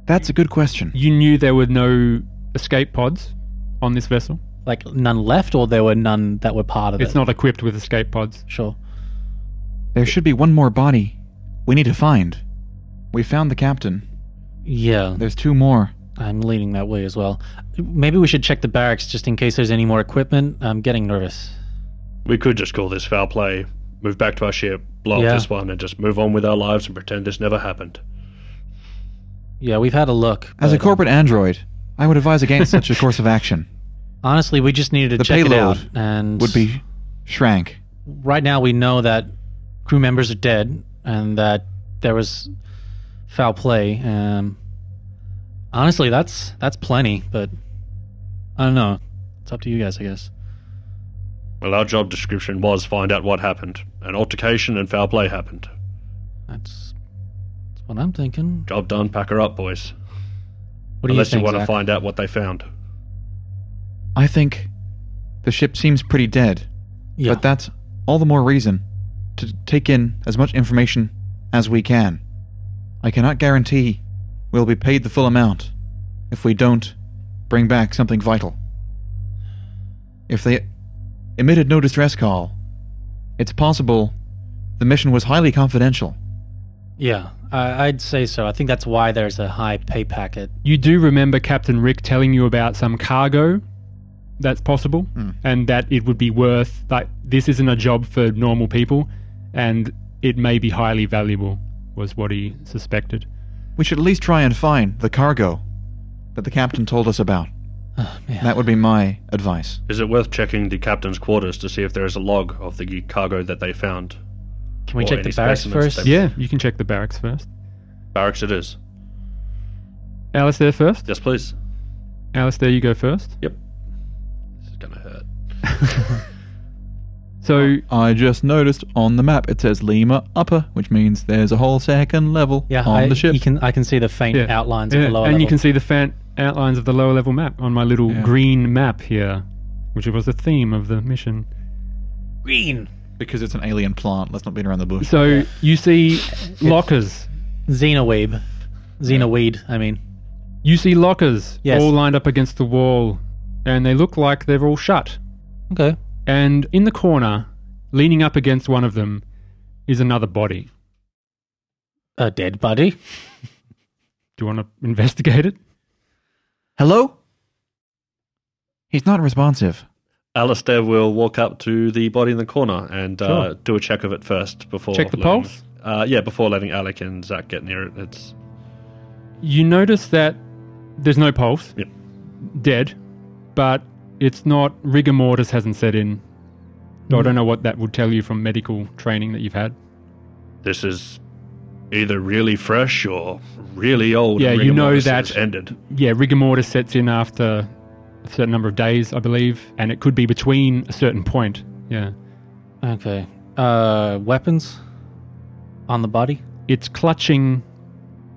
That's a good question.
You knew there were no escape pods on this vessel.
Like none left, or there were none that were part of
It's
it?
not equipped with escape pods.
sure.
There should be one more body we need to find. We found the captain.
Yeah,
There's two more.
I'm leaning that way as well. Maybe we should check the barracks just in case there's any more equipment. I'm getting nervous.
We could just call this foul play, move back to our ship, blow
Yeah.
up this one, and just move on with our lives and pretend this never happened.
Yeah, we've had a look.
As a
but, um,
corporate android, I would advise against such a course of action.
honestly, we just needed to
the
check it out.
payload
And
Would be shrank.
right now we know that crew members are dead and that there was foul play. Um, honestly, that's that's plenty, but I don't know. It's up to you guys, I guess.
Well, our job description was find out what happened. An altercation and foul play happened.
That's that's what I'm thinking.
Job done, pack her up, boys.
What do
Unless
you think?
you, want to
Zach?
find out what they found.
I think the ship seems pretty dead,
yeah.
but that's all the more reason to take in as much information as we can. I cannot guarantee we'll be paid the full amount if we don't bring back something vital. If they emitted no distress call, it's possible the mission was highly confidential.
yeah, I, I'd say so. I think that's why there's a high pay packet.
You do remember Captain Rick telling you about some cargo that's possible and that it would be worth like this isn't a job for normal people and it may be highly valuable was what he suspected.
We should at least try and find the cargo that the captain told us about.
man.
That would be my advice.
Is it worth checking the captain's quarters to see if there is a log of the cargo that they found?
Can we
Or
check the
any
barracks
specimens
first?
that-
Yeah, you can check the barracks first.
Barracks it is.
Alice there first?
Yes, please.
Alice, there you go first.
Yep. This is going to hurt.
So
Oh,
I just noticed on the map it says Lima Upper, which means there's a whole second level
Yeah,
on
I,
the ship.
You can I can see the faint
yeah.
outlines
Yeah,
at the lower
and you
level.
can see the fan outlines of the lower level map on my little green map here, which was the theme of the mission.
Green.
because it's an alien plant. Let's not beat around the bush.
So you see lockers.
Xenoweeb. Xenoweed, I mean.
You see lockers
Yes.
all lined up against the wall, and they look like they're all shut.
Okay.
And in the corner, leaning up against one of them, is another body.
A dead body.
Do you want to investigate it?
Hello? He's not responsive.
Alistair will walk up to the body in the corner and uh,
Sure.
do a check of it first before
Check the
letting-
pulse?
Uh, yeah, before letting Alec and Zach get near it. It's
You notice that there's no pulse.
Yep.
Dead, but it's not rigor mortis hasn't set in. So I don't know what that would tell you from medical training that you've had.
this is either really fresh or really old.
Yeah,
and
you
rigor
know
mortis
that-
has ended.
Yeah, rigor mortis sets in after a certain number of days, I believe, and it could be between a certain point. Yeah.
Okay. Uh weapons on the body?
It's clutching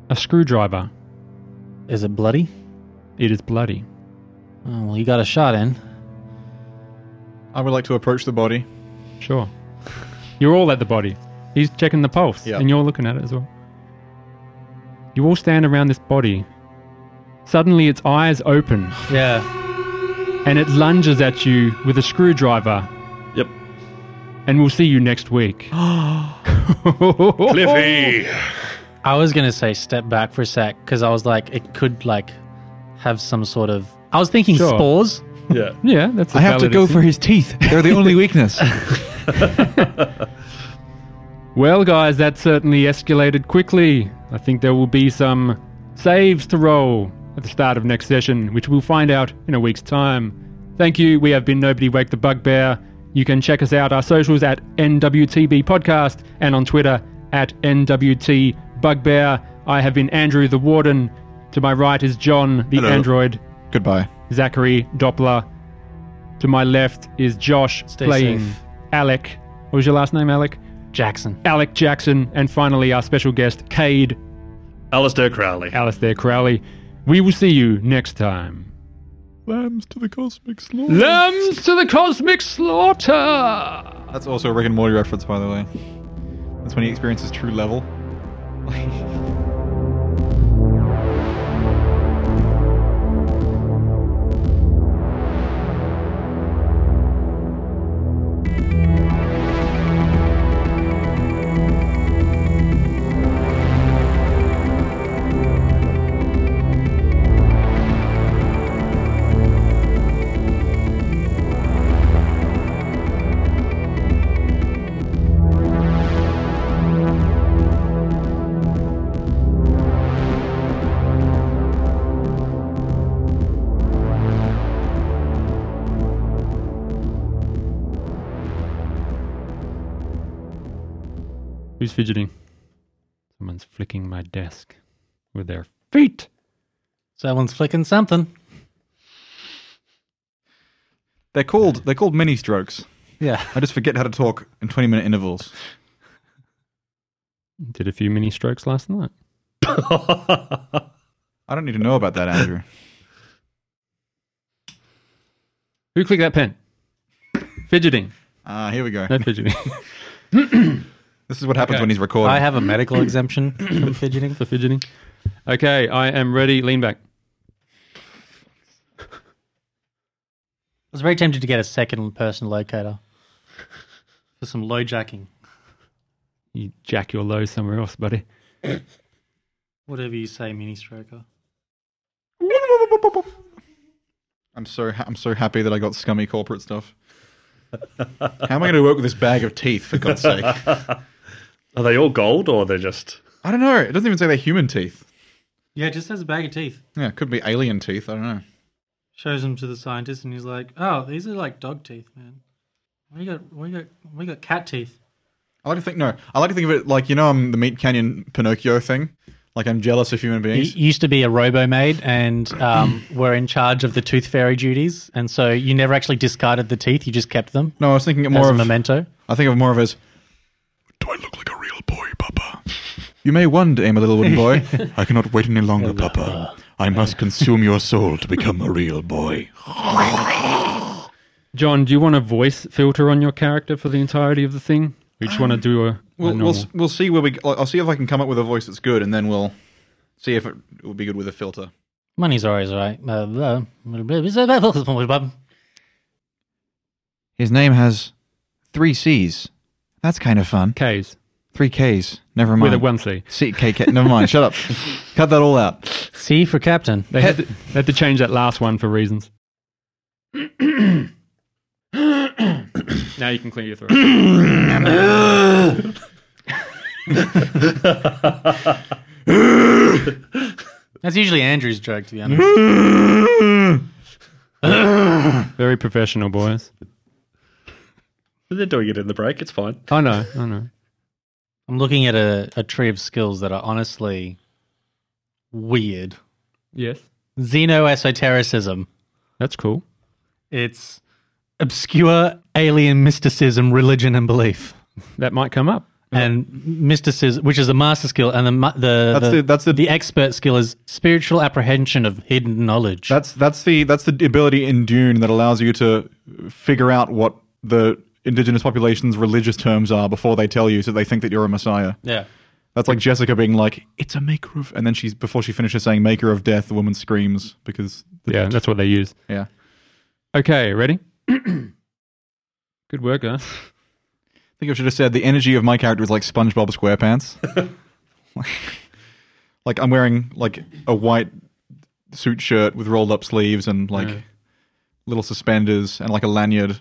a screwdriver.
Is it bloody?
It is bloody.
Oh, well, he got a shot in.
I would like to approach the body.
Sure. You're all at the body. He's checking the pulse,
Yeah.
and you're looking at it as well. You all stand around this body. Suddenly, its eyes open,
Yeah.
and it lunges at you with a screwdriver.
Yep.
And we'll see you next week.
Cliffy!
I was going to say step back for a sec because I was like, it could, like, have some sort of. I was thinking
Sure.
spores.
yeah.
yeah, that's. I
I have to go for his teeth. They're the only weakness.
Well, guys, that certainly escalated quickly. I think there will be some saves to roll at the start of next session, which we'll find out in a week's time. Thank you. We have been Nobody Wake the Bugbear. You can check us out our socials at NWTB Podcast and on Twitter at NWT Bugbear. I have been Andrew the Warden. To my right is John the
Hello.
Android,
Goodbye.
Zachary Doppler. To my left is Josh
Stay
playing
safe.
Alec. What was your last name, Alec?
Jackson.
Alec Jackson, and finally our special guest, Cade
Alistair Crowley.
Alistair Crowley. We will see you next time.
Lambs to the cosmic slaughter.
Lambs to the cosmic slaughter!
That's also a Rick and Morty reference, by the way. That's when he experiences true level.
Who's fidgeting? Someone's flicking my desk with their feet.
Someone's flicking something.
They're called they're called mini strokes.
Yeah.
I just forget how to talk in twenty minute intervals.
Did a few mini strokes last night.
I don't need to know about that, Andrew.
Who clicked that pen? Fidgeting.
Ah, here we go.
No fidgeting.
This is what happens
Okay.
when he's recording.
I have a medical exemption from fidgeting.
For fidgeting. Okay, I am ready. Lean back.
I was very tempted to get a second person locator for some low jacking,
You jack your low somewhere else, buddy.
whatever you say, mini stroker.
I'm so ha- I'm so happy that I got scummy corporate stuff. how am I going to work with this bag of teeth? For God's sake, I
Are they all gold or they're just.
don't know. It doesn't even say they're human teeth.
Yeah, just has a bag of teeth.
Yeah, it could be alien teeth. I don't know.
Shows them to the scientist, and he's like, "Oh, these are like dog teeth, man. We got, we got, we got cat teeth."
I like to think no. I like to think of it like you know I'm the Meat Canyon Pinocchio thing. Like I'm jealous of human
He
beings.
used to be a robo maid, and um, were in charge of the tooth fairy duties, and so you never actually discarded the teeth; you just kept them
No, I was thinking it
as
more
a
of.
memento.
I think of more of as. Do I look like a real boy, Papa?
You may one day, my little wooden boy.
I cannot wait any longer, Papa. I must consume your soul to become a real boy.
John, do you want a voice filter on your character for the entirety of the thing? We just want to do a, a
We'll,
normal.
we'll, s- we'll see where we. like, I'll see if I can come up with a voice that's good, and then we'll see if it, it would be good with a filter.
Money's always right. Uh, blah, blah, blah, blah, blah, blah, blah.
His name has three C's. That's kind of fun.
K's
Three K's. Never
with
mind.
a one C.
C K K. Never mind. Shut up. Cut that all out.
C for captain.
They had, to, they had to change that last one for reasons. now you can clear your throat.
That's usually Andrew's joke, to be honest.
Very professional, boys.
They're doing it in the break. It's fine.
I know, I know.
I'm looking at a, a tree of skills that are honestly weird.
Yes,
Xenoesotericism.
that's cool.
It's obscure alien mysticism, religion, and belief.
That might come up.
And mysticism, which is the master skill, and the ma- the
That's the- that's the-
the expert skill is spiritual apprehension of hidden knowledge.
That's that's the that's the ability in Dune that allows you to figure out what the indigenous population's religious terms are before they tell you, so they think that you're a messiah.
yeah.
That's like Jessica being like, "It's a maker of," and then she's before she finishes saying "maker of death," the woman screams because
Yeah, that's what they use.
yeah.
Okay, ready? Good work, guys.
I think I should have said the energy of my character is like SpongeBob SquarePants. like I'm wearing like a white suit shirt with rolled up sleeves and like
Yeah.
little suspenders and like a lanyard.